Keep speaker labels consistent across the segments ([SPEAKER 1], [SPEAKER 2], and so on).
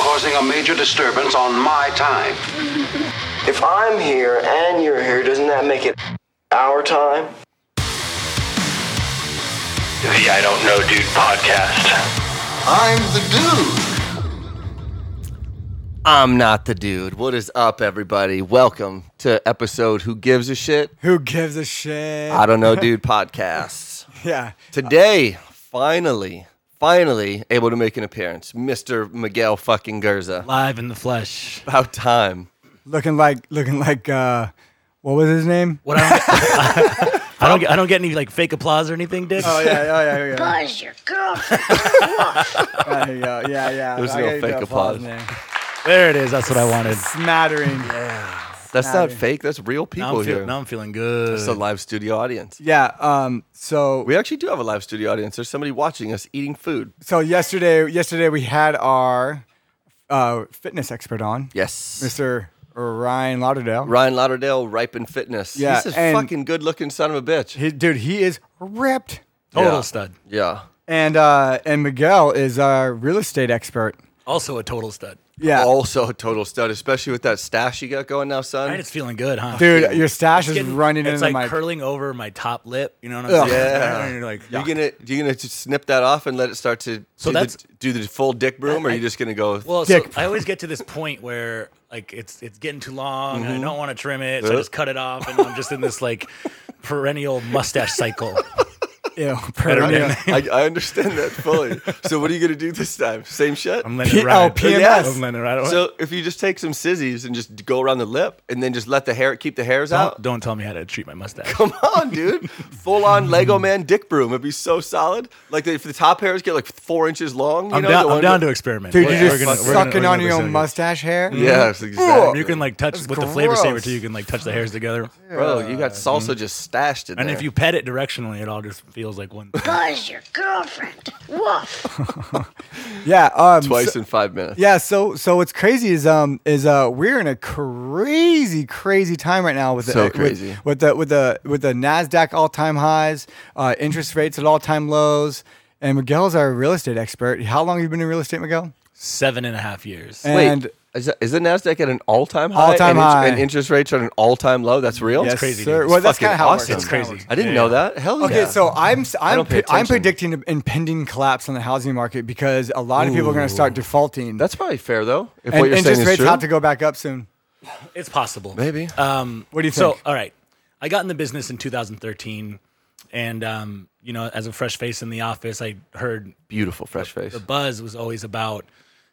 [SPEAKER 1] causing a major disturbance on my time.
[SPEAKER 2] If I'm here and you're here, doesn't that make it our time?
[SPEAKER 3] The I Don't Know Dude podcast.
[SPEAKER 4] I'm the dude.
[SPEAKER 5] I'm not the dude. What is up, everybody? Welcome to episode Who Gives a Shit?
[SPEAKER 6] Who gives a shit?
[SPEAKER 5] I don't know, dude podcasts.
[SPEAKER 6] yeah.
[SPEAKER 5] Today, finally, finally able to make an appearance, Mr. Miguel fucking Gerza.
[SPEAKER 7] Live in the flesh.
[SPEAKER 5] About time.
[SPEAKER 6] Looking like looking like uh what was his name?
[SPEAKER 7] What I don't, get, I don't get, I don't get any like fake applause or anything, Dick.
[SPEAKER 5] Uh,
[SPEAKER 6] Oh yeah, oh yeah, yeah.
[SPEAKER 8] Buzz your girlfriend.
[SPEAKER 6] There you go. Yeah, yeah.
[SPEAKER 5] There's
[SPEAKER 6] I
[SPEAKER 5] no
[SPEAKER 6] gotta do
[SPEAKER 5] fake
[SPEAKER 6] the
[SPEAKER 5] applause.
[SPEAKER 6] man.
[SPEAKER 7] There it is. That's what I wanted.
[SPEAKER 6] Smattering.
[SPEAKER 5] That's not
[SPEAKER 6] Smattering.
[SPEAKER 5] fake. That's real
[SPEAKER 7] Now
[SPEAKER 5] people
[SPEAKER 7] I'm, feel-
[SPEAKER 5] here.
[SPEAKER 7] now I'm feeling good.
[SPEAKER 5] It's a live studio audience.
[SPEAKER 6] Yeah. Um so
[SPEAKER 5] We actually do have a live studio audience. There's somebody watching us eating food.
[SPEAKER 6] so yesterday yesterday we had our uh fitness expert on.
[SPEAKER 5] Yes.
[SPEAKER 6] Mr. Ryan Lauderdale.
[SPEAKER 5] Ryan Lauderdale, Ripe and Fitness.
[SPEAKER 6] Yeah,
[SPEAKER 5] He's a
[SPEAKER 6] and-
[SPEAKER 5] fucking good looking son of a bitch.
[SPEAKER 6] He, dude, he is ripped.
[SPEAKER 7] Total
[SPEAKER 5] Yeah.
[SPEAKER 7] stud.
[SPEAKER 5] Yeah.
[SPEAKER 6] And uh and Miguel is our real estate expert.
[SPEAKER 7] Also a total stud.
[SPEAKER 6] Yeah.
[SPEAKER 5] Also a total stud, especially with that stash you got going now, son.
[SPEAKER 7] Right? It's feeling good, huh?
[SPEAKER 6] Dude, your stash
[SPEAKER 7] It's
[SPEAKER 6] is
[SPEAKER 7] getting-
[SPEAKER 6] running
[SPEAKER 7] It's
[SPEAKER 6] into
[SPEAKER 7] like
[SPEAKER 6] my
[SPEAKER 7] curling over my top lip. You know what
[SPEAKER 6] Ugh.
[SPEAKER 7] I'm saying?
[SPEAKER 5] Yeah.
[SPEAKER 7] And you're like,
[SPEAKER 5] You gonna you gonna just snip that off and let it start to
[SPEAKER 7] So
[SPEAKER 5] do, the,
[SPEAKER 7] that's-
[SPEAKER 5] do the full dick broom, or are you just gonna go?
[SPEAKER 7] well, so
[SPEAKER 6] dick.
[SPEAKER 7] I always get to this point where like it's it's getting too long
[SPEAKER 5] Mm-hmm.
[SPEAKER 7] and I don't want to trim it, so I
[SPEAKER 5] Yep.
[SPEAKER 7] just cut it off and I'm just in this like perennial mustache cycle.
[SPEAKER 6] Ew,
[SPEAKER 7] than-
[SPEAKER 5] I, I understand that fully. so what are you gonna do this time? Same shit.
[SPEAKER 7] I'm letting
[SPEAKER 6] P-
[SPEAKER 7] it ride.
[SPEAKER 6] oh, PMS.
[SPEAKER 7] I'm letting it ride.
[SPEAKER 5] So if you just take some scissors and just go around the lip, and then just let the hair keep the hairs
[SPEAKER 7] don't,
[SPEAKER 5] out.
[SPEAKER 7] don't tell me how to treat my mustache.
[SPEAKER 5] Come on, dude! Full on Lego Man dick broom. It'd be so solid. Like the, if the top hairs get like four inches long, you
[SPEAKER 7] I'm
[SPEAKER 5] know,
[SPEAKER 7] down.
[SPEAKER 5] the
[SPEAKER 7] I'm
[SPEAKER 5] one
[SPEAKER 7] down
[SPEAKER 5] that-
[SPEAKER 7] to experiment.
[SPEAKER 6] Dude,
[SPEAKER 7] We're-
[SPEAKER 6] you're
[SPEAKER 7] we're
[SPEAKER 6] just
[SPEAKER 7] gonna- we're gonna-
[SPEAKER 6] sucking
[SPEAKER 7] we're
[SPEAKER 6] on
[SPEAKER 7] gonna
[SPEAKER 6] your
[SPEAKER 7] do
[SPEAKER 6] own
[SPEAKER 7] something.
[SPEAKER 6] mustache hair.
[SPEAKER 5] Yes, exactly.
[SPEAKER 7] You can like touch
[SPEAKER 6] That's
[SPEAKER 7] with the flavor saver
[SPEAKER 6] gross.
[SPEAKER 7] too. You can like touch the hairs together.
[SPEAKER 5] Bro, you got salsa just stashed in
[SPEAKER 7] Mm-hmm. And
[SPEAKER 5] there.
[SPEAKER 7] if you pet it directionally, it all just feels like one.
[SPEAKER 8] Buzz your girlfriend. Woof.
[SPEAKER 6] Yeah. Um,
[SPEAKER 5] twice
[SPEAKER 6] so-
[SPEAKER 5] in five minutes.
[SPEAKER 6] yeah. So so what's crazy is um is uh we're in a crazy crazy time right now with the
[SPEAKER 5] So
[SPEAKER 6] with-
[SPEAKER 5] crazy.
[SPEAKER 6] with, the with the with the Nasdaq all time highs, uh, interest rates at all time lows. And Miguel's our real estate expert. How long have you been in real estate, Miguel?
[SPEAKER 7] Seven and a half years.
[SPEAKER 6] And-
[SPEAKER 5] Wait, is, that, is the Nasdaq at an all-time high? and,
[SPEAKER 6] All-time
[SPEAKER 5] int-
[SPEAKER 6] high.
[SPEAKER 5] and interest rates are at an all-time low. That's real.
[SPEAKER 6] Yes,
[SPEAKER 7] crazy,
[SPEAKER 6] sir.
[SPEAKER 7] dude.
[SPEAKER 6] Well, that's
[SPEAKER 5] fucking
[SPEAKER 6] kind of how
[SPEAKER 5] awesome.
[SPEAKER 6] it works.
[SPEAKER 5] It's
[SPEAKER 7] crazy.
[SPEAKER 5] I didn't
[SPEAKER 7] Yeah,
[SPEAKER 5] know
[SPEAKER 7] yeah.
[SPEAKER 5] that. Hell
[SPEAKER 6] Okay,
[SPEAKER 5] yeah.
[SPEAKER 6] so I'm s- I'm
[SPEAKER 5] don't pay
[SPEAKER 6] pre- I'm
[SPEAKER 5] attention.
[SPEAKER 6] predicting an impending collapse on the housing market because a lot of people are going to start defaulting.
[SPEAKER 5] that's probably fair though. If
[SPEAKER 6] and
[SPEAKER 5] what you're
[SPEAKER 6] interest
[SPEAKER 5] saying is
[SPEAKER 6] rates
[SPEAKER 5] true,
[SPEAKER 6] have to go Uh, back up soon.
[SPEAKER 7] It's possible.
[SPEAKER 5] maybe.
[SPEAKER 7] Um,
[SPEAKER 6] What do you
[SPEAKER 7] so?
[SPEAKER 6] think?
[SPEAKER 7] All right, I got in the business in 2013, and um, you know, as a fresh face in the office, I heard
[SPEAKER 5] Beautiful fresh face.
[SPEAKER 7] the buzz was always about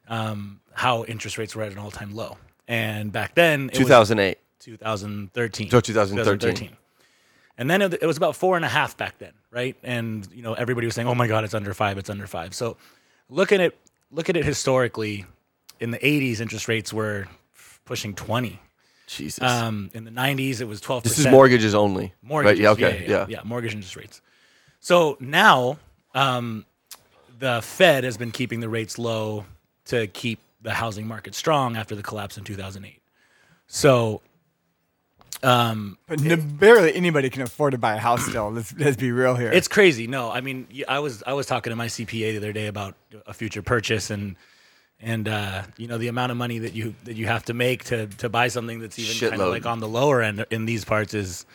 [SPEAKER 7] um, how interest rates were at an all-time low. And back then, it was-
[SPEAKER 5] 2008.
[SPEAKER 7] 2013.
[SPEAKER 5] So 2013.
[SPEAKER 7] And then it, it was about four and a half back then, right? And you know everybody was saying, "Oh my God, it's under five, it's under five. So looking at look at it historically, in the 80s, interest rates were pushing 20.
[SPEAKER 5] Jesus.
[SPEAKER 7] Um, in the 90s, it was 12.
[SPEAKER 5] this is mortgages only.
[SPEAKER 7] Mortgages,
[SPEAKER 5] Right? Yeah. Okay.
[SPEAKER 7] yeah, yeah. Mortgage interest rates. So now, um, the Fed has been keeping the rates low to keep the housing market strong after the collapse in 2008. So
[SPEAKER 6] But n- barely anybody can afford to buy a house still. Let's, let's be real here.
[SPEAKER 7] It's crazy. No, I mean, y- I was I was talking to my CPA the other day about a future purchase and and uh, you know the amount of money that you that you have to make to to buy something that's even kind of
[SPEAKER 5] Shitload.
[SPEAKER 7] like on the lower end in these parts is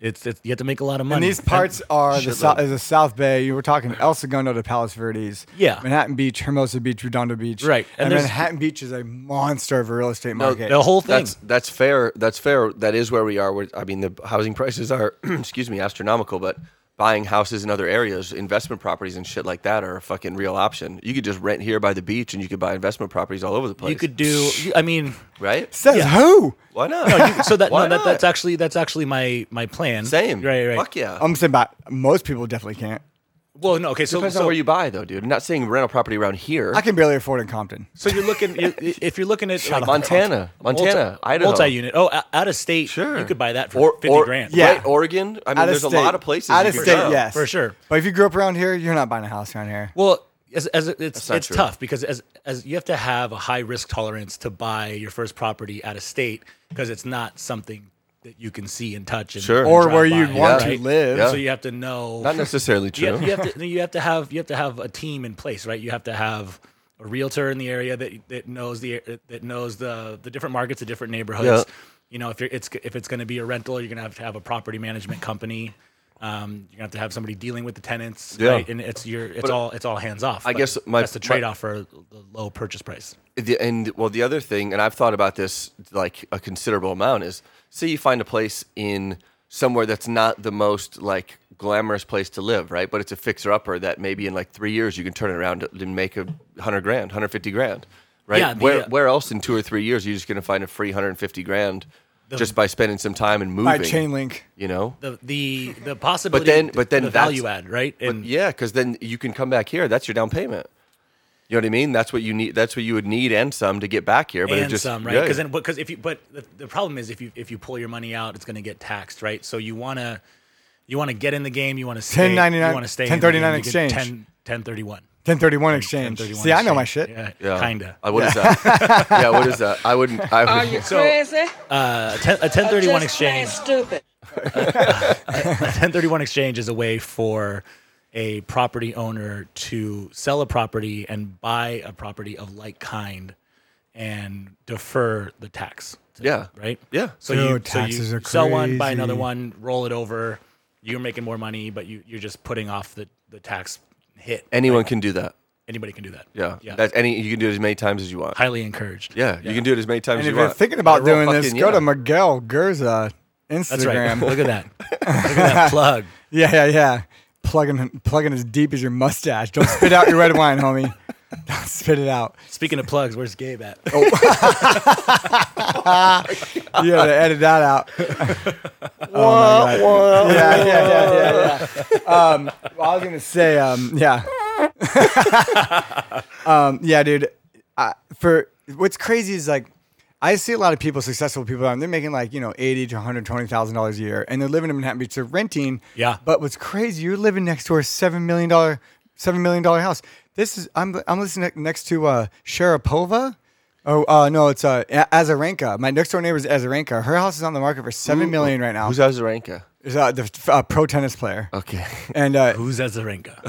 [SPEAKER 7] it's, it's you have to make a lot of money.
[SPEAKER 6] and these parts are the, so- is the South Bay. You were talking El Segundo to Palos Verdes.
[SPEAKER 7] Yeah.
[SPEAKER 6] Manhattan Beach, Hermosa Beach, Redondo Beach.
[SPEAKER 7] Right, and
[SPEAKER 6] And,
[SPEAKER 7] there's-
[SPEAKER 6] Manhattan Beach is a monster of a real estate market.
[SPEAKER 7] the whole thing.
[SPEAKER 5] That's that's fair. That's fair. That is where we are. We're- I mean, the housing prices are, excuse me, astronomical. But buying houses in other areas, investment properties and shit like that are a fucking real option. You could just rent here by the beach, and you could buy investment properties all over the place.
[SPEAKER 7] you could do. you- I mean,
[SPEAKER 5] right?
[SPEAKER 6] Says who?
[SPEAKER 5] Why not?
[SPEAKER 7] so that,
[SPEAKER 5] Why
[SPEAKER 7] no, that
[SPEAKER 5] not?
[SPEAKER 7] that's actually that's actually my my plan.
[SPEAKER 5] Same.
[SPEAKER 7] Right. Right.
[SPEAKER 5] Fuck yeah.
[SPEAKER 6] I'm saying about most people definitely can't.
[SPEAKER 7] Well, no. Okay. So
[SPEAKER 5] Depends
[SPEAKER 7] so
[SPEAKER 5] on where you buy, though, dude. I'm not saying rental property around here.
[SPEAKER 6] I can barely afford in Compton.
[SPEAKER 7] So you're looking you if you're looking at like
[SPEAKER 5] up. Montana.
[SPEAKER 7] multi-
[SPEAKER 5] Montana, Idaho.
[SPEAKER 7] multi-unit. Oh, o- out of state, you could buy that for fifty grand.
[SPEAKER 5] Yeah,
[SPEAKER 6] Yeah.
[SPEAKER 5] right? Oregon. I mean,
[SPEAKER 6] Out of
[SPEAKER 5] there's a
[SPEAKER 6] state.
[SPEAKER 5] lot of places.
[SPEAKER 6] Out
[SPEAKER 5] you
[SPEAKER 6] of
[SPEAKER 5] could
[SPEAKER 6] state,
[SPEAKER 5] go.
[SPEAKER 6] yes.
[SPEAKER 7] for sure.
[SPEAKER 6] But if you grew up around here, you're not buying a house around here.
[SPEAKER 7] Well, as, as it- it's
[SPEAKER 5] not
[SPEAKER 7] it's
[SPEAKER 5] true.
[SPEAKER 7] tough because as as you have to have a high risk tolerance to buy your first property out of state because it's not something that you can see and touch and
[SPEAKER 5] Sure.
[SPEAKER 7] and
[SPEAKER 6] Or
[SPEAKER 7] drive
[SPEAKER 6] where
[SPEAKER 7] by,
[SPEAKER 6] you'd want
[SPEAKER 5] Yeah.
[SPEAKER 6] to live.
[SPEAKER 5] Yeah.
[SPEAKER 7] So you have to know
[SPEAKER 5] Not necessarily true.
[SPEAKER 7] You have, you have to you have to have you have to have a team in place, right? You have to have a realtor in the area that that knows the that knows the the different markets, the different neighborhoods.
[SPEAKER 5] Yeah.
[SPEAKER 7] You know, if you're, it's if it's going to be a rental, you're going to have to have a property management company. Um, you're gonna have to have somebody dealing with the tenants,
[SPEAKER 5] Yeah.
[SPEAKER 7] right? And it's your, it's all, it's all hands off.
[SPEAKER 5] I
[SPEAKER 7] but
[SPEAKER 5] guess my-
[SPEAKER 7] that's the
[SPEAKER 5] my-
[SPEAKER 7] trade-off for the low purchase price.
[SPEAKER 5] the, and well, the other thing, and I've thought about this like a considerable amount is, say you find a place in somewhere that's not the most like glamorous place to live, right? But it's a fixer upper that maybe in like three years you can turn it around and make a hundred grand, hundred fifty grand, right?
[SPEAKER 7] Yeah, the,
[SPEAKER 5] where
[SPEAKER 7] uh,
[SPEAKER 5] where else in two or three years are you just going to find a free hundred fifty grand just by spending some time and moving?
[SPEAKER 6] By chain link.
[SPEAKER 5] you know.
[SPEAKER 7] the the the possibility.
[SPEAKER 5] then- but then
[SPEAKER 7] the
[SPEAKER 5] that's-
[SPEAKER 7] value add, right?
[SPEAKER 5] But yeah, because then you can come back here. That's your down payment. You know what I mean? That's what you need. That's what you would need and some to get back here. But it
[SPEAKER 7] and
[SPEAKER 5] just,
[SPEAKER 7] some, right?
[SPEAKER 5] yeah.
[SPEAKER 7] Because then, because if you, but the, the problem is if you if you pull your money out, it's going to get taxed, right? So you want to you want to get in the game. You want to stay.
[SPEAKER 6] 1099
[SPEAKER 7] You want to stay.
[SPEAKER 6] 1039
[SPEAKER 7] in the game, you get
[SPEAKER 6] exchange.
[SPEAKER 7] 10, 1031.
[SPEAKER 6] 1031 exchange.
[SPEAKER 7] 1031
[SPEAKER 6] See, I know my shit.
[SPEAKER 7] exchange. Yeah,
[SPEAKER 5] Yeah.
[SPEAKER 7] kinda.
[SPEAKER 5] Uh, what is that? yeah, what is that? I wouldn't. I would,
[SPEAKER 7] So uh, a, ten, a 1031 exchange.
[SPEAKER 9] stupid.
[SPEAKER 7] 1031 exchange is a way for a property owner to sell a property and buy a property of like kind and defer the tax. to-
[SPEAKER 5] Yeah.
[SPEAKER 7] Right?
[SPEAKER 5] Yeah.
[SPEAKER 7] So
[SPEAKER 6] Dude,
[SPEAKER 7] you,
[SPEAKER 6] taxes
[SPEAKER 7] so you
[SPEAKER 6] are
[SPEAKER 7] sell one, buy another
[SPEAKER 6] crazy.
[SPEAKER 7] one, roll it over. You're making more money, but you, you're just putting off the, the tax hit.
[SPEAKER 5] anyone can do that.
[SPEAKER 7] Anybody can do that.
[SPEAKER 5] Yeah.
[SPEAKER 7] yeah.
[SPEAKER 5] That's any. You can do it as many times as you want.
[SPEAKER 7] highly encouraged.
[SPEAKER 5] Yeah, you can do it as many times as
[SPEAKER 6] And if
[SPEAKER 5] you
[SPEAKER 6] you're
[SPEAKER 5] want.
[SPEAKER 6] thinking about
[SPEAKER 5] Roll
[SPEAKER 6] doing this,
[SPEAKER 5] fucking
[SPEAKER 6] go
[SPEAKER 5] yeah.
[SPEAKER 6] to Miguel Gerza
[SPEAKER 7] That's right.
[SPEAKER 6] Instagram.
[SPEAKER 7] Look at that. Look at that plug.
[SPEAKER 6] Yeah, yeah, yeah. Plugging, plugging as deep as your mustache. Don't spit out your red wine, homie. Don't spit it out.
[SPEAKER 7] Speaking of plugs, where's Gabe at?
[SPEAKER 5] Oh.
[SPEAKER 6] You gotta edit that out. oh my God. Yeah, yeah, yeah, yeah, yeah. Um, well, I was gonna say, um, yeah, um, yeah, dude. I, for what's crazy is like, I see a lot of people, successful people, and they're making like you know eighty to one hundred twenty thousand dollars a year, and they're living in Manhattan Beach, they're renting.
[SPEAKER 7] Yeah.
[SPEAKER 6] But what's crazy, you're living next to a seven million dollar, seven million dollar house. This is I'm I'm listening next to uh, Sharapova. Oh uh, no, it's uh, A- Azarenka. My next door neighbor is Azarenka. Her house is on the market for seven million right now.
[SPEAKER 5] Who's Azarenka?
[SPEAKER 6] Is uh, the f- uh, pro tennis player.
[SPEAKER 5] Okay.
[SPEAKER 6] And uh,
[SPEAKER 7] Who's Azarenka?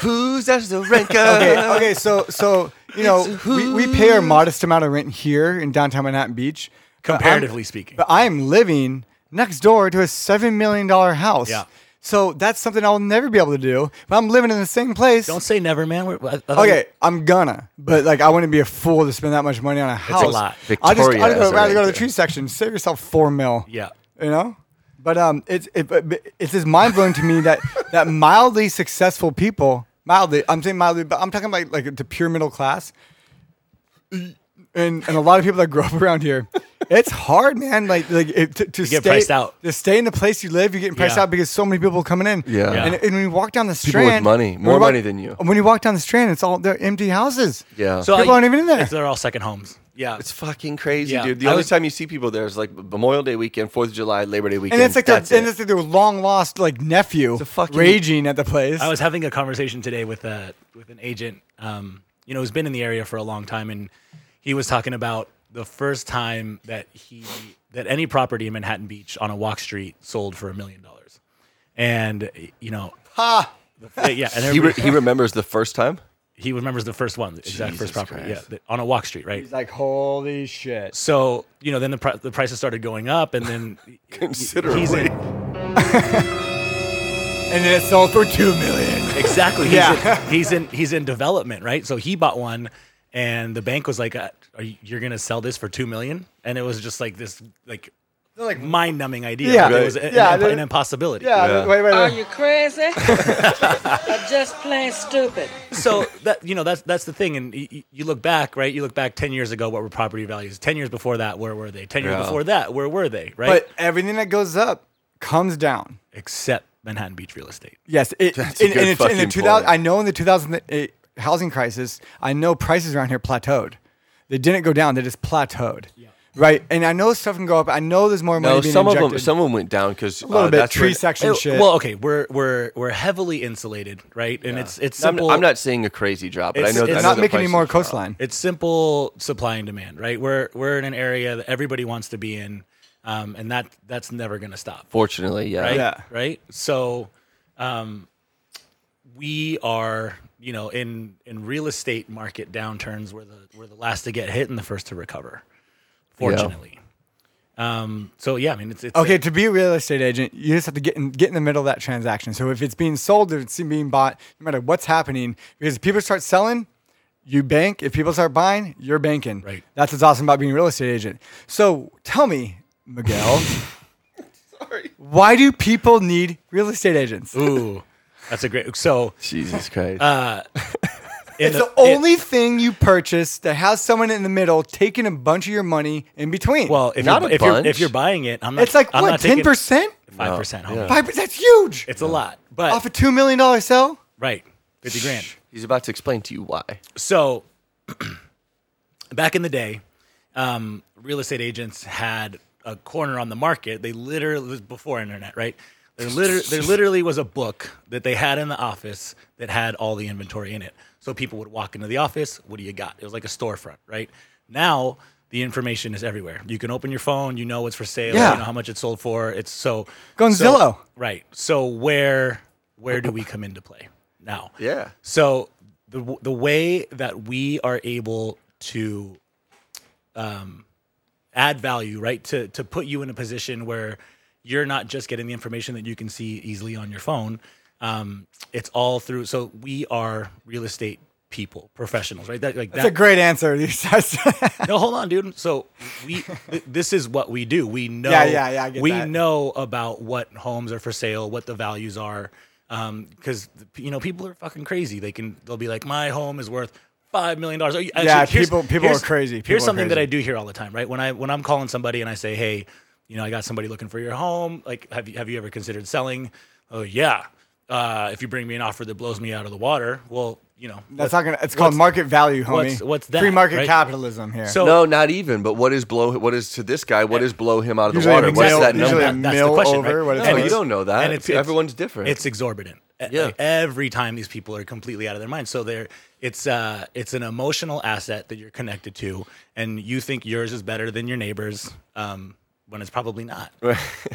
[SPEAKER 5] Who's Azarenka?
[SPEAKER 6] okay, okay, so so you know we, we pay our modest amount of rent here in downtown Manhattan Beach, but I'm-
[SPEAKER 7] Comparatively speaking.
[SPEAKER 6] But I am living next door to a seven million dollar house.
[SPEAKER 7] Yeah.
[SPEAKER 6] So that's something I'll never be able to do. But I'm living in the same place.
[SPEAKER 7] Don't say never, man. We're, I- I thought
[SPEAKER 6] Okay, I'm gonna, but like I wouldn't be a fool to spend that much money on a house.
[SPEAKER 7] lot.
[SPEAKER 6] I just I'd
[SPEAKER 5] Victoria
[SPEAKER 6] go-
[SPEAKER 5] is
[SPEAKER 6] rather go to the
[SPEAKER 5] Azarenka.
[SPEAKER 6] tree section. Save yourself four mil.
[SPEAKER 7] Yeah.
[SPEAKER 6] you know. But um, it's it, but- but it's just mind blowing to me that that mildly successful people, mildly, I'm saying mildly, but I'm talking about like the pure middle class, and and a lot of people that grow up around here. It's hard, man. Like, like it, to, to
[SPEAKER 7] get
[SPEAKER 6] stay,
[SPEAKER 7] priced out.
[SPEAKER 6] To stay in the place you live, you're getting priced
[SPEAKER 7] Yeah.
[SPEAKER 6] out because so many people are coming in.
[SPEAKER 5] Yeah. Yeah.
[SPEAKER 6] And, and when you walk down the
[SPEAKER 5] People
[SPEAKER 6] strand,
[SPEAKER 5] with money,
[SPEAKER 6] when
[SPEAKER 5] more
[SPEAKER 6] you walk-
[SPEAKER 5] money than you.
[SPEAKER 6] When you walk down the strand, it's all they're empty houses.
[SPEAKER 5] Yeah.
[SPEAKER 7] So
[SPEAKER 6] People
[SPEAKER 7] I-
[SPEAKER 6] aren't even in there.
[SPEAKER 7] it's- They're all second homes. Yeah.
[SPEAKER 5] It's fucking crazy,
[SPEAKER 7] Yeah.
[SPEAKER 5] dude. The
[SPEAKER 7] I
[SPEAKER 5] only
[SPEAKER 7] was-
[SPEAKER 5] time you see people there is like Memorial Day weekend, Fourth of July, Labor Day weekend.
[SPEAKER 6] And it's like their,
[SPEAKER 5] that's
[SPEAKER 6] and
[SPEAKER 5] it.
[SPEAKER 6] it's like their long lost like nephew
[SPEAKER 5] a fucking-
[SPEAKER 6] raging at the place.
[SPEAKER 7] I was having a conversation today with a with an agent, um, you know, who's been in the area for a long time, and he was talking about the first time that he that any property in Manhattan Beach on a walk street sold for a million dollars, and you know, ha, yeah, and
[SPEAKER 5] he, re-
[SPEAKER 7] everybody-
[SPEAKER 5] he remembers the first time.
[SPEAKER 7] he remembers the first one, the exact first
[SPEAKER 5] Jesus
[SPEAKER 7] property,
[SPEAKER 5] Christ.
[SPEAKER 7] yeah, the- on a walk street, right?
[SPEAKER 6] He's like, holy shit.
[SPEAKER 7] So you know, then the pri- the prices started going up, and then
[SPEAKER 5] Considerably.
[SPEAKER 7] he's in,
[SPEAKER 6] And then it sold for two million.
[SPEAKER 7] Exactly. He's,
[SPEAKER 6] Yeah.
[SPEAKER 7] in, he's in he's in development, right? So he bought one, and the bank was like, uh, "Are you, you're gonna sell this for two million? And it was just like this, like, like mind numbing idea.
[SPEAKER 6] Yeah.
[SPEAKER 7] but it was a- an,
[SPEAKER 6] Yeah,
[SPEAKER 7] imp-
[SPEAKER 6] they-
[SPEAKER 7] an impossibility.
[SPEAKER 6] Yeah,
[SPEAKER 5] Yeah.
[SPEAKER 6] Wait, wait,
[SPEAKER 9] Are
[SPEAKER 6] wait.
[SPEAKER 9] you crazy? or just plain stupid?
[SPEAKER 7] So that you know that's that's the thing, and you, you look back, right? You look back ten years ago, what were property values? Ten years before that, where were they? Ten years
[SPEAKER 5] Yeah.
[SPEAKER 7] before that, where were they? Right?
[SPEAKER 6] But everything that goes up comes down.
[SPEAKER 7] Except Manhattan Beach real estate.
[SPEAKER 6] Yes, it,
[SPEAKER 5] That's a
[SPEAKER 6] in,
[SPEAKER 5] good
[SPEAKER 6] in, the- in the
[SPEAKER 5] fucking
[SPEAKER 6] 2000,
[SPEAKER 5] point.
[SPEAKER 6] I know in the 2008 housing crisis, I know prices around here plateaued. They didn't go down; they just plateaued. Right, and I know stuff can go up. I know there's more money
[SPEAKER 5] No,
[SPEAKER 6] being
[SPEAKER 5] some of
[SPEAKER 6] injected.
[SPEAKER 5] them some of them went down because a
[SPEAKER 6] little bit, tree section
[SPEAKER 7] Uh,
[SPEAKER 6] shit.
[SPEAKER 7] Well, okay, we're we're we're heavily insulated, right? And it's it's
[SPEAKER 5] I'm,
[SPEAKER 7] simple.
[SPEAKER 5] I'm not saying a crazy job, but I
[SPEAKER 7] It's-
[SPEAKER 5] know
[SPEAKER 7] it's
[SPEAKER 5] I know
[SPEAKER 6] not
[SPEAKER 5] the
[SPEAKER 6] making any
[SPEAKER 5] prices
[SPEAKER 6] more
[SPEAKER 5] dropped.
[SPEAKER 6] coastline.
[SPEAKER 7] It's simple supply and demand, right? We're we're in an area that everybody wants to be in, um, and that that's never going to stop,
[SPEAKER 5] Fortunately, yeah.
[SPEAKER 7] right?
[SPEAKER 6] Yeah.
[SPEAKER 7] Right. So, um, we are, you know, in in real estate market downturns, we're the we're the last to get hit and the first to recover. Fortunately. Um, so yeah, I mean, it's, it's
[SPEAKER 6] Okay, to be a real estate agent, you just have to get in, get in the middle of that transaction. So if it's being sold or it's being bought, no matter what's happening, because if people start selling, you bank. If people start buying, you're banking.
[SPEAKER 7] Right.
[SPEAKER 6] That's what's awesome about being a real estate agent. So tell me, Miguel, why do people need real estate agents?
[SPEAKER 7] ooh, that's a great. So
[SPEAKER 5] Jesus Christ.
[SPEAKER 7] in
[SPEAKER 6] It's the
[SPEAKER 7] in-
[SPEAKER 6] only thing you purchase that has someone in the middle taking a bunch of your money in between.
[SPEAKER 7] well, if
[SPEAKER 5] Not
[SPEAKER 7] you're,
[SPEAKER 5] a
[SPEAKER 7] if you're
[SPEAKER 5] bunch.
[SPEAKER 7] if you're buying it, I'm not.
[SPEAKER 6] it's like
[SPEAKER 7] I'm
[SPEAKER 6] what
[SPEAKER 7] not taking- uh,
[SPEAKER 6] ten percent,
[SPEAKER 7] Five percent. homie.
[SPEAKER 6] five percent. That's huge.
[SPEAKER 7] It's a lot, but
[SPEAKER 6] Off a two million dollar sale.
[SPEAKER 7] right, fifty grand.
[SPEAKER 5] He's about to explain to you why.
[SPEAKER 7] So, back in the day, um, real estate agents had a corner on the market. They literally this was before internet, right? There, liter- there literally was a book that they had in the office that had all the inventory in it. So people would walk into the office. What do you got? It was like a storefront, right? Now the information is everywhere. You can open your phone. You know what's for sale.
[SPEAKER 6] Yeah.
[SPEAKER 7] You know how much it's sold for. It's so
[SPEAKER 6] Go on
[SPEAKER 7] so-
[SPEAKER 6] Zillow.
[SPEAKER 7] right? So where where do we come into play now?
[SPEAKER 5] Yeah.
[SPEAKER 7] So the w- the way that we are able to um, add value, right, to to put you in a position where you're not just getting the information that you can see easily on your phone. Um, it's all through. So we are real estate people, professionals, right? That, like
[SPEAKER 6] That's a
[SPEAKER 7] that-
[SPEAKER 6] great answer. You said-
[SPEAKER 7] no, hold on, dude. So we th- this is what we do. We know.
[SPEAKER 6] Yeah, yeah, yeah, I get
[SPEAKER 7] we
[SPEAKER 6] that.
[SPEAKER 7] know about what homes are for sale, what the values are, because you know people are fucking crazy. They can they'll be like, my home is worth five million dollars.
[SPEAKER 6] Yeah, people- people are crazy. People
[SPEAKER 7] here's
[SPEAKER 6] are
[SPEAKER 7] something that
[SPEAKER 6] crazy.
[SPEAKER 7] I do hear all the time, right? When I when I'm calling somebody and I say, hey, you know, I got somebody looking for your home. Like, have you have you ever considered selling? Oh yeah. Uh, if you bring me an offer that blows me out of the water, well, you know,
[SPEAKER 6] That's not gonna. It's called market value, homie.
[SPEAKER 7] what's- what's that,
[SPEAKER 6] Free market
[SPEAKER 7] right?
[SPEAKER 6] capitalism here.
[SPEAKER 7] so
[SPEAKER 5] no, not even. But what is blow? What is to this guy? What is blow him out of the
[SPEAKER 6] Usually
[SPEAKER 5] water?
[SPEAKER 6] a
[SPEAKER 5] What's
[SPEAKER 6] mil-
[SPEAKER 5] that
[SPEAKER 6] usually
[SPEAKER 5] number?
[SPEAKER 6] a mill over what it's
[SPEAKER 5] No,
[SPEAKER 7] And
[SPEAKER 5] you
[SPEAKER 7] it's-
[SPEAKER 5] don't know that.
[SPEAKER 7] and
[SPEAKER 5] Everyone's different.
[SPEAKER 7] It's exorbitant. E-
[SPEAKER 5] Yeah.
[SPEAKER 7] like, every time these people are completely out of their mind. So they're it's uh it's an emotional asset that you're connected to, and you think yours is better than your neighbor's, um, when it's probably not.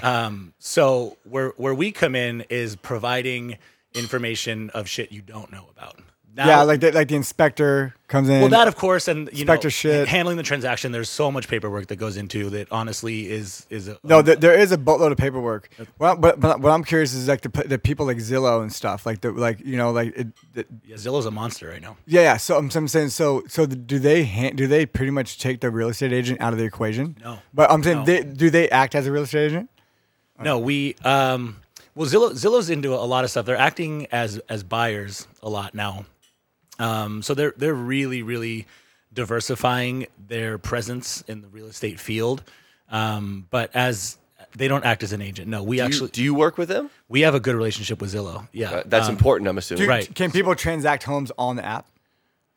[SPEAKER 7] um, so where where we come in is providing information of shit you don't know about. Now-
[SPEAKER 6] yeah, like the, like the inspector comes in.
[SPEAKER 7] well, that of course, and you know,
[SPEAKER 6] Inspector shit.
[SPEAKER 7] handling the transaction. There's so much paperwork that goes into that. Honestly, is is a,
[SPEAKER 6] no, th- there is a boatload of paperwork. Well, but, but what I'm curious is like the, p- the people like Zillow and stuff, like the like you know like it, it,
[SPEAKER 7] yeah, Zillow's a monster right now.
[SPEAKER 6] yeah yeah. So I'm, so I'm saying so so th- do they ha- do they pretty much take the real estate agent out of the equation?
[SPEAKER 7] No.
[SPEAKER 6] but I'm saying
[SPEAKER 7] No.
[SPEAKER 6] they, do they act as a real estate agent?
[SPEAKER 7] No, we um well Zillow Zillow's into a lot of stuff. They're acting as as buyers a lot now. Um so they're they're really really diversifying their presence in the real estate field. Um but as they don't act as an agent. No, we
[SPEAKER 5] Do you-
[SPEAKER 7] actually
[SPEAKER 5] do you work with them?
[SPEAKER 7] we have a good relationship with Zillow. Yeah.
[SPEAKER 5] Uh, That's
[SPEAKER 7] um,
[SPEAKER 5] important. I'm assuming.
[SPEAKER 6] Do-
[SPEAKER 7] Right.
[SPEAKER 6] Can people transact homes on the app?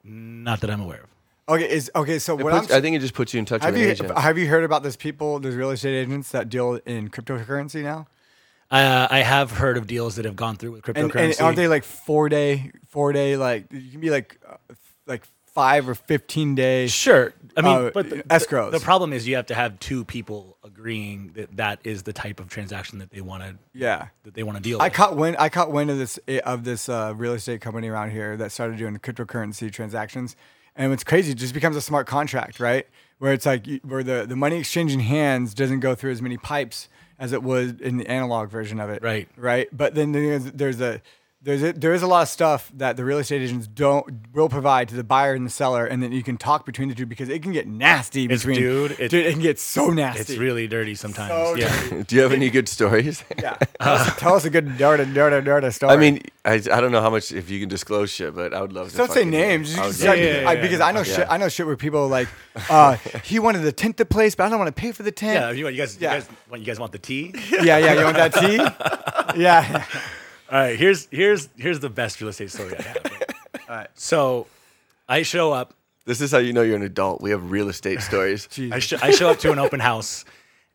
[SPEAKER 7] not that I'm aware of.
[SPEAKER 6] Okay. Is okay. So
[SPEAKER 5] It
[SPEAKER 6] what
[SPEAKER 5] puts- uh,
[SPEAKER 6] I'm
[SPEAKER 5] I think it just puts you in touch
[SPEAKER 6] have
[SPEAKER 5] with
[SPEAKER 6] you
[SPEAKER 5] an agent.
[SPEAKER 6] have you heard about those people, those real estate agents that deal in cryptocurrency now?
[SPEAKER 7] Uh, I have heard of deals that have gone through with
[SPEAKER 6] and,
[SPEAKER 7] cryptocurrency.
[SPEAKER 6] and aren't they like four day four day like you can be like uh, like five or 15 day
[SPEAKER 7] Sure. I mean,
[SPEAKER 6] uh,
[SPEAKER 7] but the,
[SPEAKER 6] escrows.
[SPEAKER 7] The, the problem is you have to have two people agreeing that that is the type of transaction that they want to
[SPEAKER 6] yeah
[SPEAKER 7] that they want to deal
[SPEAKER 6] I
[SPEAKER 7] with.
[SPEAKER 6] caught wind. I caught wind of this of this uh, real estate company around here that started doing cryptocurrency transactions, and what's crazy, it just becomes a smart contract, right? Where it's like you- where the, the money exchanging hands doesn't go through as many pipes as it would in the analog version of it,
[SPEAKER 7] Right.
[SPEAKER 6] Right. But then there's there's a there's a, there is a lot of stuff that the real estate agents don't will provide to the buyer and the seller, and then you can talk between the two because it can get nasty
[SPEAKER 7] It's-
[SPEAKER 6] between
[SPEAKER 7] dude, it-
[SPEAKER 6] dude, it can get so nasty.
[SPEAKER 7] It's really dirty sometimes.
[SPEAKER 6] So
[SPEAKER 7] yeah.
[SPEAKER 5] do you have any good stories?
[SPEAKER 6] yeah. Tell us- Tell us a good dirty, dirty, dirty story.
[SPEAKER 5] I mean, I, I don't know how much if you can disclose shit, but I would love to.
[SPEAKER 6] Don't say
[SPEAKER 5] fucking hear.
[SPEAKER 6] names. You
[SPEAKER 5] I would
[SPEAKER 6] just
[SPEAKER 5] love to
[SPEAKER 6] say-
[SPEAKER 7] Oh, yeah,
[SPEAKER 5] hear.
[SPEAKER 7] yeah,
[SPEAKER 6] I- because I know shit. I know shit where people are like, uh, he wanted to tent the place, but I don't want to pay for the tent.
[SPEAKER 7] Yeah, you, you guys,
[SPEAKER 6] Yeah.
[SPEAKER 7] you guys, what, you guys want the tea?
[SPEAKER 6] yeah, yeah. You want that tea? yeah.
[SPEAKER 7] All right, here's here's here's the best real estate story I have. All right, so I show up,
[SPEAKER 5] This is how you know you're an adult. We have real estate stories.
[SPEAKER 7] I, sh- I show up to an open house,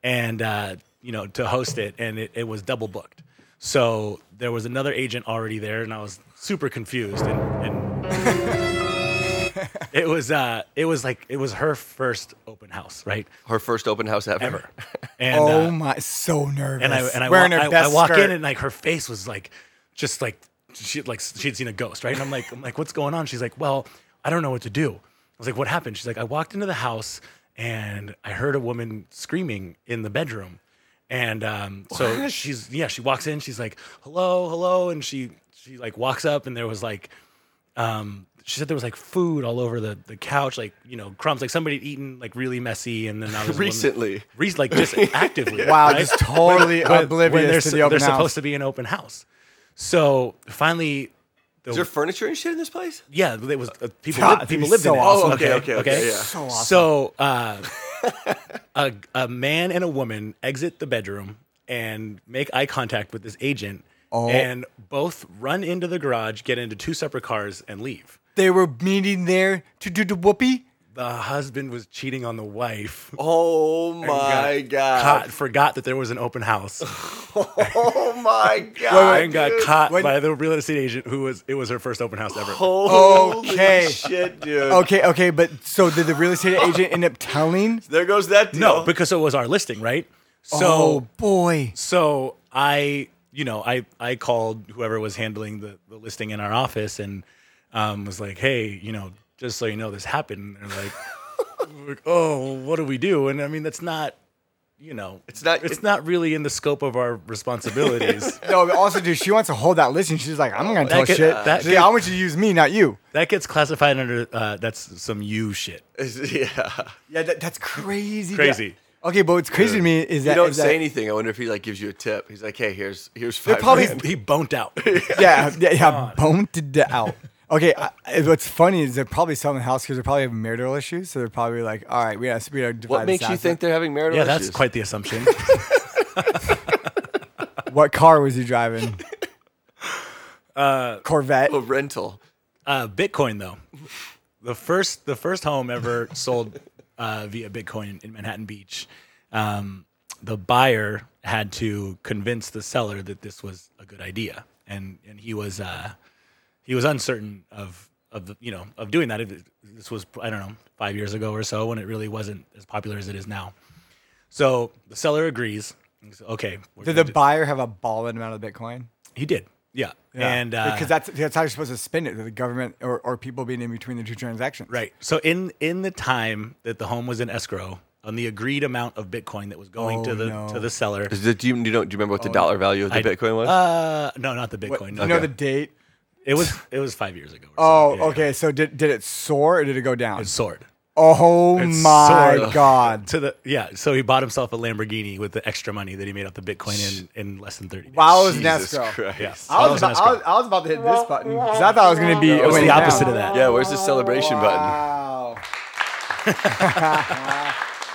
[SPEAKER 7] and uh, you know to host it, and it, it was double booked. So there was another agent already there, and I was super confused. And, and it was uh, it was like it was her first open house, right?
[SPEAKER 5] Her first open house ever.
[SPEAKER 7] Ever. And,
[SPEAKER 6] oh
[SPEAKER 7] uh,
[SPEAKER 6] my, so nervous.
[SPEAKER 7] and I and I
[SPEAKER 6] wearing
[SPEAKER 7] wa-
[SPEAKER 6] her
[SPEAKER 7] I,
[SPEAKER 6] best
[SPEAKER 7] I walk
[SPEAKER 6] skirt.
[SPEAKER 7] in and like her face was like just like she like she'd seen a ghost, right? And I'm like, I'm like, what's going on? She's like, well, I don't know what to do. I was like, what happened? She's like, I walked into the house and I heard a woman screaming in the bedroom. And um, so she's yeah, she walks in, she's like, hello, hello, and she she like walks up and there was like um, she said there was like food all over the, the couch, like you know crumbs, like somebody had eaten like really messy, and then I was the one-
[SPEAKER 5] Recently.
[SPEAKER 7] Re- like just actively.
[SPEAKER 6] Wow,
[SPEAKER 7] right?
[SPEAKER 6] just totally oblivious
[SPEAKER 7] there's-
[SPEAKER 6] to the open
[SPEAKER 7] There's
[SPEAKER 6] house.
[SPEAKER 7] supposed to be an open house. So finally, the,
[SPEAKER 5] Is there furniture and shit in this place?
[SPEAKER 7] yeah, it was uh, people.
[SPEAKER 6] God,
[SPEAKER 7] lived,
[SPEAKER 6] that'd be
[SPEAKER 7] people lived
[SPEAKER 6] so
[SPEAKER 7] in it.
[SPEAKER 6] awesome.
[SPEAKER 5] Oh, okay, okay, okay, yeah.
[SPEAKER 7] So So uh, a a man and a woman exit the bedroom and make eye contact with this agent,
[SPEAKER 6] Oh.
[SPEAKER 7] and both run into the garage, get into two separate cars, and leave.
[SPEAKER 6] They were meeting there to do the whoopee.
[SPEAKER 7] The husband was cheating on the wife.
[SPEAKER 5] Oh
[SPEAKER 7] and got
[SPEAKER 5] my god!
[SPEAKER 7] Caught, forgot that there was an open house.
[SPEAKER 5] Oh my god!
[SPEAKER 7] and got
[SPEAKER 5] dude.
[SPEAKER 7] caught
[SPEAKER 6] When-
[SPEAKER 7] by the real estate agent who was it was her first open house ever.
[SPEAKER 5] Holy
[SPEAKER 6] Okay.
[SPEAKER 5] shit, dude.
[SPEAKER 6] Okay, okay, but so did the real estate agent end up telling?
[SPEAKER 5] There goes that deal.
[SPEAKER 7] no, because it was our listing, right? So
[SPEAKER 6] oh boy,
[SPEAKER 7] so I you know I I called whoever was handling the, the listing in our office and um, was like, hey, you know, just so you know, this happened. And they're like, like, oh, what do we do? And I mean, that's not. You know, it's
[SPEAKER 5] not-
[SPEAKER 7] It's
[SPEAKER 5] it-
[SPEAKER 7] not really in the scope of our responsibilities.
[SPEAKER 6] no. But also, dude, she wants to hold that list, and she's like, "I'm not
[SPEAKER 7] That
[SPEAKER 6] gonna tell
[SPEAKER 7] could- uh,
[SPEAKER 6] shit.
[SPEAKER 7] that
[SPEAKER 6] She's like,
[SPEAKER 7] could-
[SPEAKER 6] I want you to use me, not you."
[SPEAKER 7] that gets classified under uh, that's some you shit.
[SPEAKER 5] yeah.
[SPEAKER 6] Yeah, that, that's crazy.
[SPEAKER 7] Crazy.
[SPEAKER 6] Okay, but what's crazy to me is that
[SPEAKER 5] You don't
[SPEAKER 6] is
[SPEAKER 5] say
[SPEAKER 6] that-
[SPEAKER 5] anything. I wonder if he like gives you a tip. He's like, hey, here's here's five.
[SPEAKER 6] probably-
[SPEAKER 5] grand.
[SPEAKER 7] He boned out.
[SPEAKER 6] yeah, yeah, yeah, boned out. Okay, I, I- what's funny is they're probably selling the house because they probably have marital issues, so they're probably like, "All right, we gotta, we gotta divide
[SPEAKER 5] What
[SPEAKER 6] this
[SPEAKER 5] makes you
[SPEAKER 6] asset."
[SPEAKER 5] think they're having marital
[SPEAKER 7] Yeah,
[SPEAKER 5] issues?
[SPEAKER 7] that's quite the assumption.
[SPEAKER 6] What car was he driving? Uh, Corvette.
[SPEAKER 5] a rental.
[SPEAKER 7] uh, Bitcoin though, the first the first home ever sold uh, via Bitcoin in Manhattan Beach. Um, the buyer had to convince the seller that this was a good idea, and and he was uh, he was uncertain of of the, you know of doing that. It- This was I don't know five years ago or so when it really wasn't as popular as it is now. So the seller agrees. He says, Okay, we're
[SPEAKER 6] Did
[SPEAKER 7] gonna
[SPEAKER 6] the
[SPEAKER 7] do-"
[SPEAKER 6] buyer have a ball amount of Bitcoin?
[SPEAKER 7] he did. Yeah, and uh,
[SPEAKER 6] because that's that's how you're supposed to spend it, the government or, or people being in between the two transactions.
[SPEAKER 7] Right. So in in the time that the home was in escrow, on the agreed amount of Bitcoin that was going to
[SPEAKER 6] Oh,
[SPEAKER 7] the
[SPEAKER 6] no.
[SPEAKER 7] to the seller.
[SPEAKER 5] Is it, do you do you, know, do you remember what the dollar value of the
[SPEAKER 7] Oh, I-
[SPEAKER 5] Bitcoin was?
[SPEAKER 7] Uh, no, not the Bitcoin.
[SPEAKER 6] What,
[SPEAKER 7] no.
[SPEAKER 6] You know the date?
[SPEAKER 7] it was it was five years ago. or so.
[SPEAKER 6] Oh,
[SPEAKER 7] Yeah.
[SPEAKER 6] okay. So did did it soar or did it go down?
[SPEAKER 7] Sword.
[SPEAKER 6] oh
[SPEAKER 7] It
[SPEAKER 6] my
[SPEAKER 7] soared.
[SPEAKER 6] god!
[SPEAKER 7] To the yeah. So he bought himself a Lamborghini with the extra money that he made off the Bitcoin in in less than thirty. Days.
[SPEAKER 6] Wow, I was an
[SPEAKER 5] Jesus
[SPEAKER 6] escrow.
[SPEAKER 5] Christ.
[SPEAKER 7] Yeah.
[SPEAKER 6] I
[SPEAKER 7] That
[SPEAKER 6] was,
[SPEAKER 7] was an
[SPEAKER 6] about, I, was,
[SPEAKER 7] escrow.
[SPEAKER 6] I was about to hit this button because I thought I was going to be.
[SPEAKER 7] It was
[SPEAKER 6] way
[SPEAKER 7] the
[SPEAKER 6] down.
[SPEAKER 7] opposite of that.
[SPEAKER 5] Yeah, where's the celebration button?
[SPEAKER 6] Wow.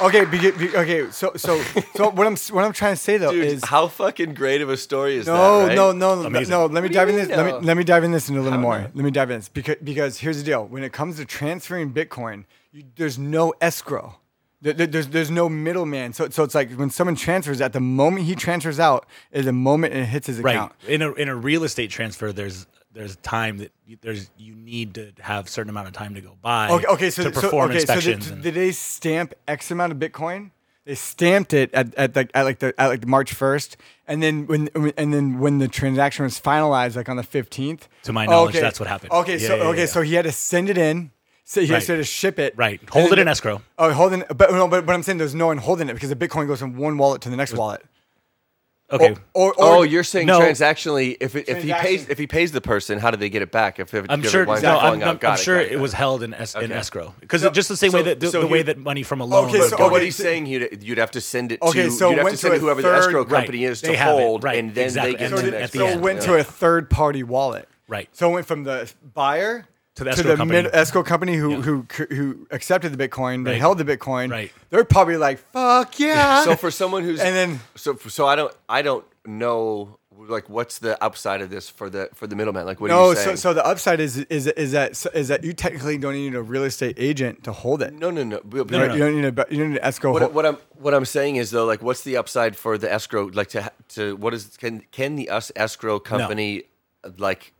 [SPEAKER 6] okay. Be, be, okay. So so so what I'm what I'm trying to say though
[SPEAKER 5] Dude,
[SPEAKER 6] is
[SPEAKER 5] how fucking great of a story is
[SPEAKER 6] no,
[SPEAKER 5] that? right?
[SPEAKER 6] no, no, no,
[SPEAKER 7] Amazing.
[SPEAKER 6] no. Let me
[SPEAKER 5] do
[SPEAKER 6] dive in
[SPEAKER 5] you
[SPEAKER 6] this.
[SPEAKER 5] mean,
[SPEAKER 6] Let
[SPEAKER 5] no?
[SPEAKER 6] me let me dive in this in a little more. Let me dive in this because because here's the deal. When it comes to transferring Bitcoin, you, there's no escrow. There- there- There's there's no middleman. So so it's like when someone transfers, at the moment he transfers out, is the moment it hits his
[SPEAKER 7] Right.
[SPEAKER 6] account.
[SPEAKER 7] In a in a real estate transfer, there's there's time that you, there's you need to have certain amount of time to go by.
[SPEAKER 6] Okay, okay. So
[SPEAKER 7] to
[SPEAKER 6] so-
[SPEAKER 7] perform
[SPEAKER 6] okay, so did,
[SPEAKER 7] inspections. and-
[SPEAKER 6] did they stamp X amount of Bitcoin? They stamped it at, at like at like the at like the March first, and then when and then when the transaction was finalized, like on the fifteenth.
[SPEAKER 7] To my knowledge, that's what happened.
[SPEAKER 6] Okay,
[SPEAKER 7] Yeah,
[SPEAKER 6] so
[SPEAKER 7] yeah,
[SPEAKER 6] okay,
[SPEAKER 7] yeah.
[SPEAKER 6] so he had to send it in. So he
[SPEAKER 7] Right.
[SPEAKER 6] had to ship it.
[SPEAKER 7] Right.
[SPEAKER 6] and
[SPEAKER 7] Hold
[SPEAKER 6] then-
[SPEAKER 7] it in escrow.
[SPEAKER 6] Oh, holding. But no, but, but I'm saying there's no one holding it because the Bitcoin goes from one wallet to the next wallet.
[SPEAKER 7] okay.
[SPEAKER 6] Or, or,
[SPEAKER 5] Oh, you're saying
[SPEAKER 7] No.
[SPEAKER 5] transactionally, if it, if he pays
[SPEAKER 6] Transaction.
[SPEAKER 5] if he pays the person, how do they get it back? If, if
[SPEAKER 7] I'm
[SPEAKER 5] if
[SPEAKER 7] sure.
[SPEAKER 5] it winds
[SPEAKER 7] no,
[SPEAKER 5] up
[SPEAKER 7] I'm,
[SPEAKER 5] falling out?
[SPEAKER 7] I'm- I'm
[SPEAKER 5] Got
[SPEAKER 7] sure
[SPEAKER 5] got
[SPEAKER 7] it, was held in, es- in
[SPEAKER 5] Okay.
[SPEAKER 7] escrow because
[SPEAKER 6] So-
[SPEAKER 7] just the same way
[SPEAKER 6] so-
[SPEAKER 7] that the,
[SPEAKER 6] so
[SPEAKER 7] the way
[SPEAKER 6] here-
[SPEAKER 7] that money from a loan.
[SPEAKER 6] Okay,
[SPEAKER 7] would go
[SPEAKER 6] so-
[SPEAKER 5] But
[SPEAKER 7] in.
[SPEAKER 5] what
[SPEAKER 6] okay,
[SPEAKER 5] he's
[SPEAKER 6] so-
[SPEAKER 5] saying, you'd, you'd have to send it
[SPEAKER 6] Okay,
[SPEAKER 5] to
[SPEAKER 6] so
[SPEAKER 5] you'd have
[SPEAKER 6] went
[SPEAKER 5] to
[SPEAKER 6] to
[SPEAKER 5] send
[SPEAKER 6] a
[SPEAKER 5] it whoever the
[SPEAKER 6] third-
[SPEAKER 5] escrow
[SPEAKER 6] Right.
[SPEAKER 5] company is
[SPEAKER 7] They
[SPEAKER 5] to
[SPEAKER 7] have it,
[SPEAKER 5] hold,
[SPEAKER 7] right,
[SPEAKER 5] and then
[SPEAKER 7] exactly,
[SPEAKER 5] they get
[SPEAKER 7] and
[SPEAKER 5] to
[SPEAKER 7] then
[SPEAKER 5] the
[SPEAKER 7] at
[SPEAKER 5] next
[SPEAKER 7] the
[SPEAKER 6] so
[SPEAKER 5] one.
[SPEAKER 6] it
[SPEAKER 7] end,
[SPEAKER 6] went
[SPEAKER 7] yeah.
[SPEAKER 6] to a third party wallet.
[SPEAKER 7] Right.
[SPEAKER 6] So it went from the buyer
[SPEAKER 7] To the escrow company.
[SPEAKER 6] escrow company who
[SPEAKER 7] Yeah.
[SPEAKER 6] who who accepted the Bitcoin, they
[SPEAKER 7] Right.
[SPEAKER 6] held the Bitcoin.
[SPEAKER 7] Right.
[SPEAKER 6] They're probably like, "Fuck yeah!"
[SPEAKER 5] so for someone who's
[SPEAKER 6] And then-
[SPEAKER 5] so so I don't I don't know like what's the upside of this for the for the middleman like what are
[SPEAKER 6] no,
[SPEAKER 5] you saying?
[SPEAKER 6] so so the upside is is is that is that you technically don't need a real estate agent to hold it.
[SPEAKER 5] no no no but-
[SPEAKER 6] Right? You don't need a you don't need an escrow.
[SPEAKER 5] What,
[SPEAKER 6] hold-
[SPEAKER 5] what I'm what I'm saying is though like what's the upside for the escrow like to ha- to what is can can the us escrow company like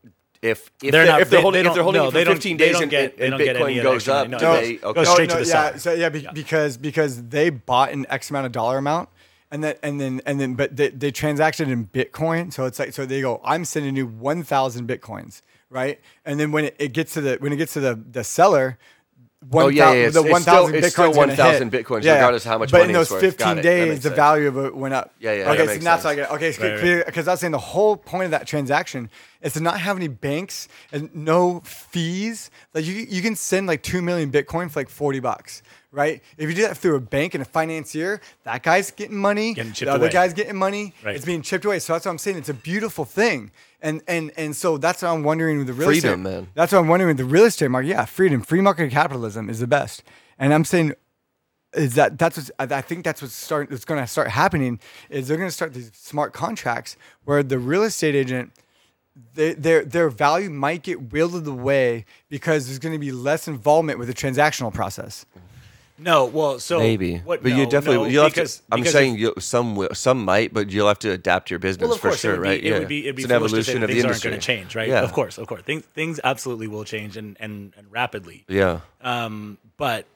[SPEAKER 5] if
[SPEAKER 7] They're
[SPEAKER 5] if they're,
[SPEAKER 7] not-
[SPEAKER 5] if they're
[SPEAKER 7] they-
[SPEAKER 5] holding
[SPEAKER 7] they
[SPEAKER 5] if they're
[SPEAKER 7] don't-
[SPEAKER 5] holding
[SPEAKER 7] no,
[SPEAKER 5] it for
[SPEAKER 7] they don't-
[SPEAKER 5] 15
[SPEAKER 7] they
[SPEAKER 5] days
[SPEAKER 7] don't
[SPEAKER 5] and,
[SPEAKER 7] get-
[SPEAKER 5] and-
[SPEAKER 7] they
[SPEAKER 5] and
[SPEAKER 7] don't get any
[SPEAKER 5] Bitcoin
[SPEAKER 7] of that
[SPEAKER 5] goes
[SPEAKER 7] extra
[SPEAKER 5] up
[SPEAKER 7] money. No,
[SPEAKER 5] do
[SPEAKER 7] it
[SPEAKER 5] they-
[SPEAKER 7] goes
[SPEAKER 5] okay.
[SPEAKER 7] straight to the
[SPEAKER 6] yeah,
[SPEAKER 7] seller.
[SPEAKER 6] So, yeah, be-
[SPEAKER 7] Yeah.
[SPEAKER 6] because because they bought an X amount of dollar amount, and that and then and then but they, they transacted in Bitcoin, so it's like so they go, I'm sending you one thousand bitcoins, right? And then when it, it gets to the when it gets to the the seller. One
[SPEAKER 5] Oh, yeah,
[SPEAKER 6] thou-
[SPEAKER 5] yeah, it's-
[SPEAKER 6] the
[SPEAKER 5] it's
[SPEAKER 6] one
[SPEAKER 5] still-
[SPEAKER 6] thousand
[SPEAKER 5] it's still
[SPEAKER 6] bitcoins, gonna
[SPEAKER 5] 1,000
[SPEAKER 6] hit.
[SPEAKER 5] bitcoins,
[SPEAKER 6] Yeah, yeah.
[SPEAKER 5] regardless of how much
[SPEAKER 6] But
[SPEAKER 5] money
[SPEAKER 6] in
[SPEAKER 5] it's
[SPEAKER 6] those
[SPEAKER 5] worth. Got
[SPEAKER 6] fifteen
[SPEAKER 5] it. That
[SPEAKER 6] days,
[SPEAKER 5] makes
[SPEAKER 6] the
[SPEAKER 5] sense.
[SPEAKER 6] value of it went up.
[SPEAKER 5] Yeah, yeah, that
[SPEAKER 6] Okay, so
[SPEAKER 5] makes
[SPEAKER 6] that's how I
[SPEAKER 5] sense.
[SPEAKER 6] get. Okay, it's
[SPEAKER 7] Right,
[SPEAKER 6] clear because that's in the whole point of that transaction is to not have any banks and no fees. Like you, you can send like two million Bitcoin for like forty bucks, right? If you do that through a bank and a financier, that guy's getting money,
[SPEAKER 7] Getting
[SPEAKER 6] the
[SPEAKER 7] chipped
[SPEAKER 6] other
[SPEAKER 7] away.
[SPEAKER 6] guy's getting money.
[SPEAKER 7] Right.
[SPEAKER 6] It's being chipped away. So that's what I'm saying. It's a beautiful thing, and and and so that's what I'm wondering with the real
[SPEAKER 5] Freedom,
[SPEAKER 6] estate.
[SPEAKER 5] man.
[SPEAKER 6] That's what I'm wondering with the real estate market. Yeah, freedom, free market capitalism is the best, and I'm saying is that that's what's, I I think that's what's start that's going to start happening is they're going to start these smart contracts where the real estate agent they, their their value might get wielded away because there's going to be less involvement with the transactional process.
[SPEAKER 7] No, well, so
[SPEAKER 5] Maybe,
[SPEAKER 7] Oh, what,
[SPEAKER 5] but
[SPEAKER 7] no,
[SPEAKER 5] you definitely
[SPEAKER 7] no,
[SPEAKER 5] you'll have
[SPEAKER 7] because-
[SPEAKER 5] to. I'm
[SPEAKER 7] because
[SPEAKER 5] saying
[SPEAKER 7] if-
[SPEAKER 5] you, some will, some might, but you'll have to adapt your business
[SPEAKER 7] well, of
[SPEAKER 5] for
[SPEAKER 7] course,
[SPEAKER 5] sure,
[SPEAKER 7] it would
[SPEAKER 5] right?
[SPEAKER 7] Be,
[SPEAKER 5] yeah,
[SPEAKER 7] it would be, it'd be
[SPEAKER 5] it's an
[SPEAKER 7] foolish to say
[SPEAKER 5] evolution
[SPEAKER 7] that
[SPEAKER 5] of the
[SPEAKER 7] things
[SPEAKER 5] industry.
[SPEAKER 7] aren't going to change, right?
[SPEAKER 5] Yeah,
[SPEAKER 7] Of course, of course, things things absolutely will change and and, and rapidly.
[SPEAKER 5] Yeah,
[SPEAKER 7] Um, but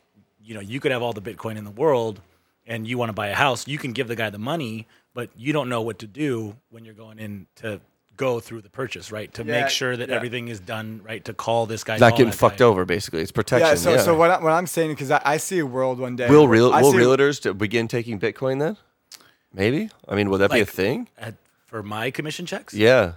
[SPEAKER 7] you know, you could have all the Bitcoin in the world, and you want to buy a house. You can give the guy the money, but you don't know what to do when you're going in to go through the purchase, right? To
[SPEAKER 6] Yeah,
[SPEAKER 7] make sure that
[SPEAKER 6] yeah.
[SPEAKER 7] everything is done right. To call this guy,
[SPEAKER 5] not
[SPEAKER 7] call
[SPEAKER 5] getting
[SPEAKER 7] that guy.
[SPEAKER 5] fucked over. Basically, it's protection.
[SPEAKER 6] Yeah. So so what, I, what I'm saying because I, I see a world one day.
[SPEAKER 5] will
[SPEAKER 6] where-
[SPEAKER 5] real
[SPEAKER 6] I
[SPEAKER 5] will
[SPEAKER 6] see-
[SPEAKER 5] realtors to begin taking Bitcoin then? Maybe. I mean, will that be a
[SPEAKER 7] Like-
[SPEAKER 5] thing?
[SPEAKER 7] At- for my commission checks.
[SPEAKER 5] Yeah.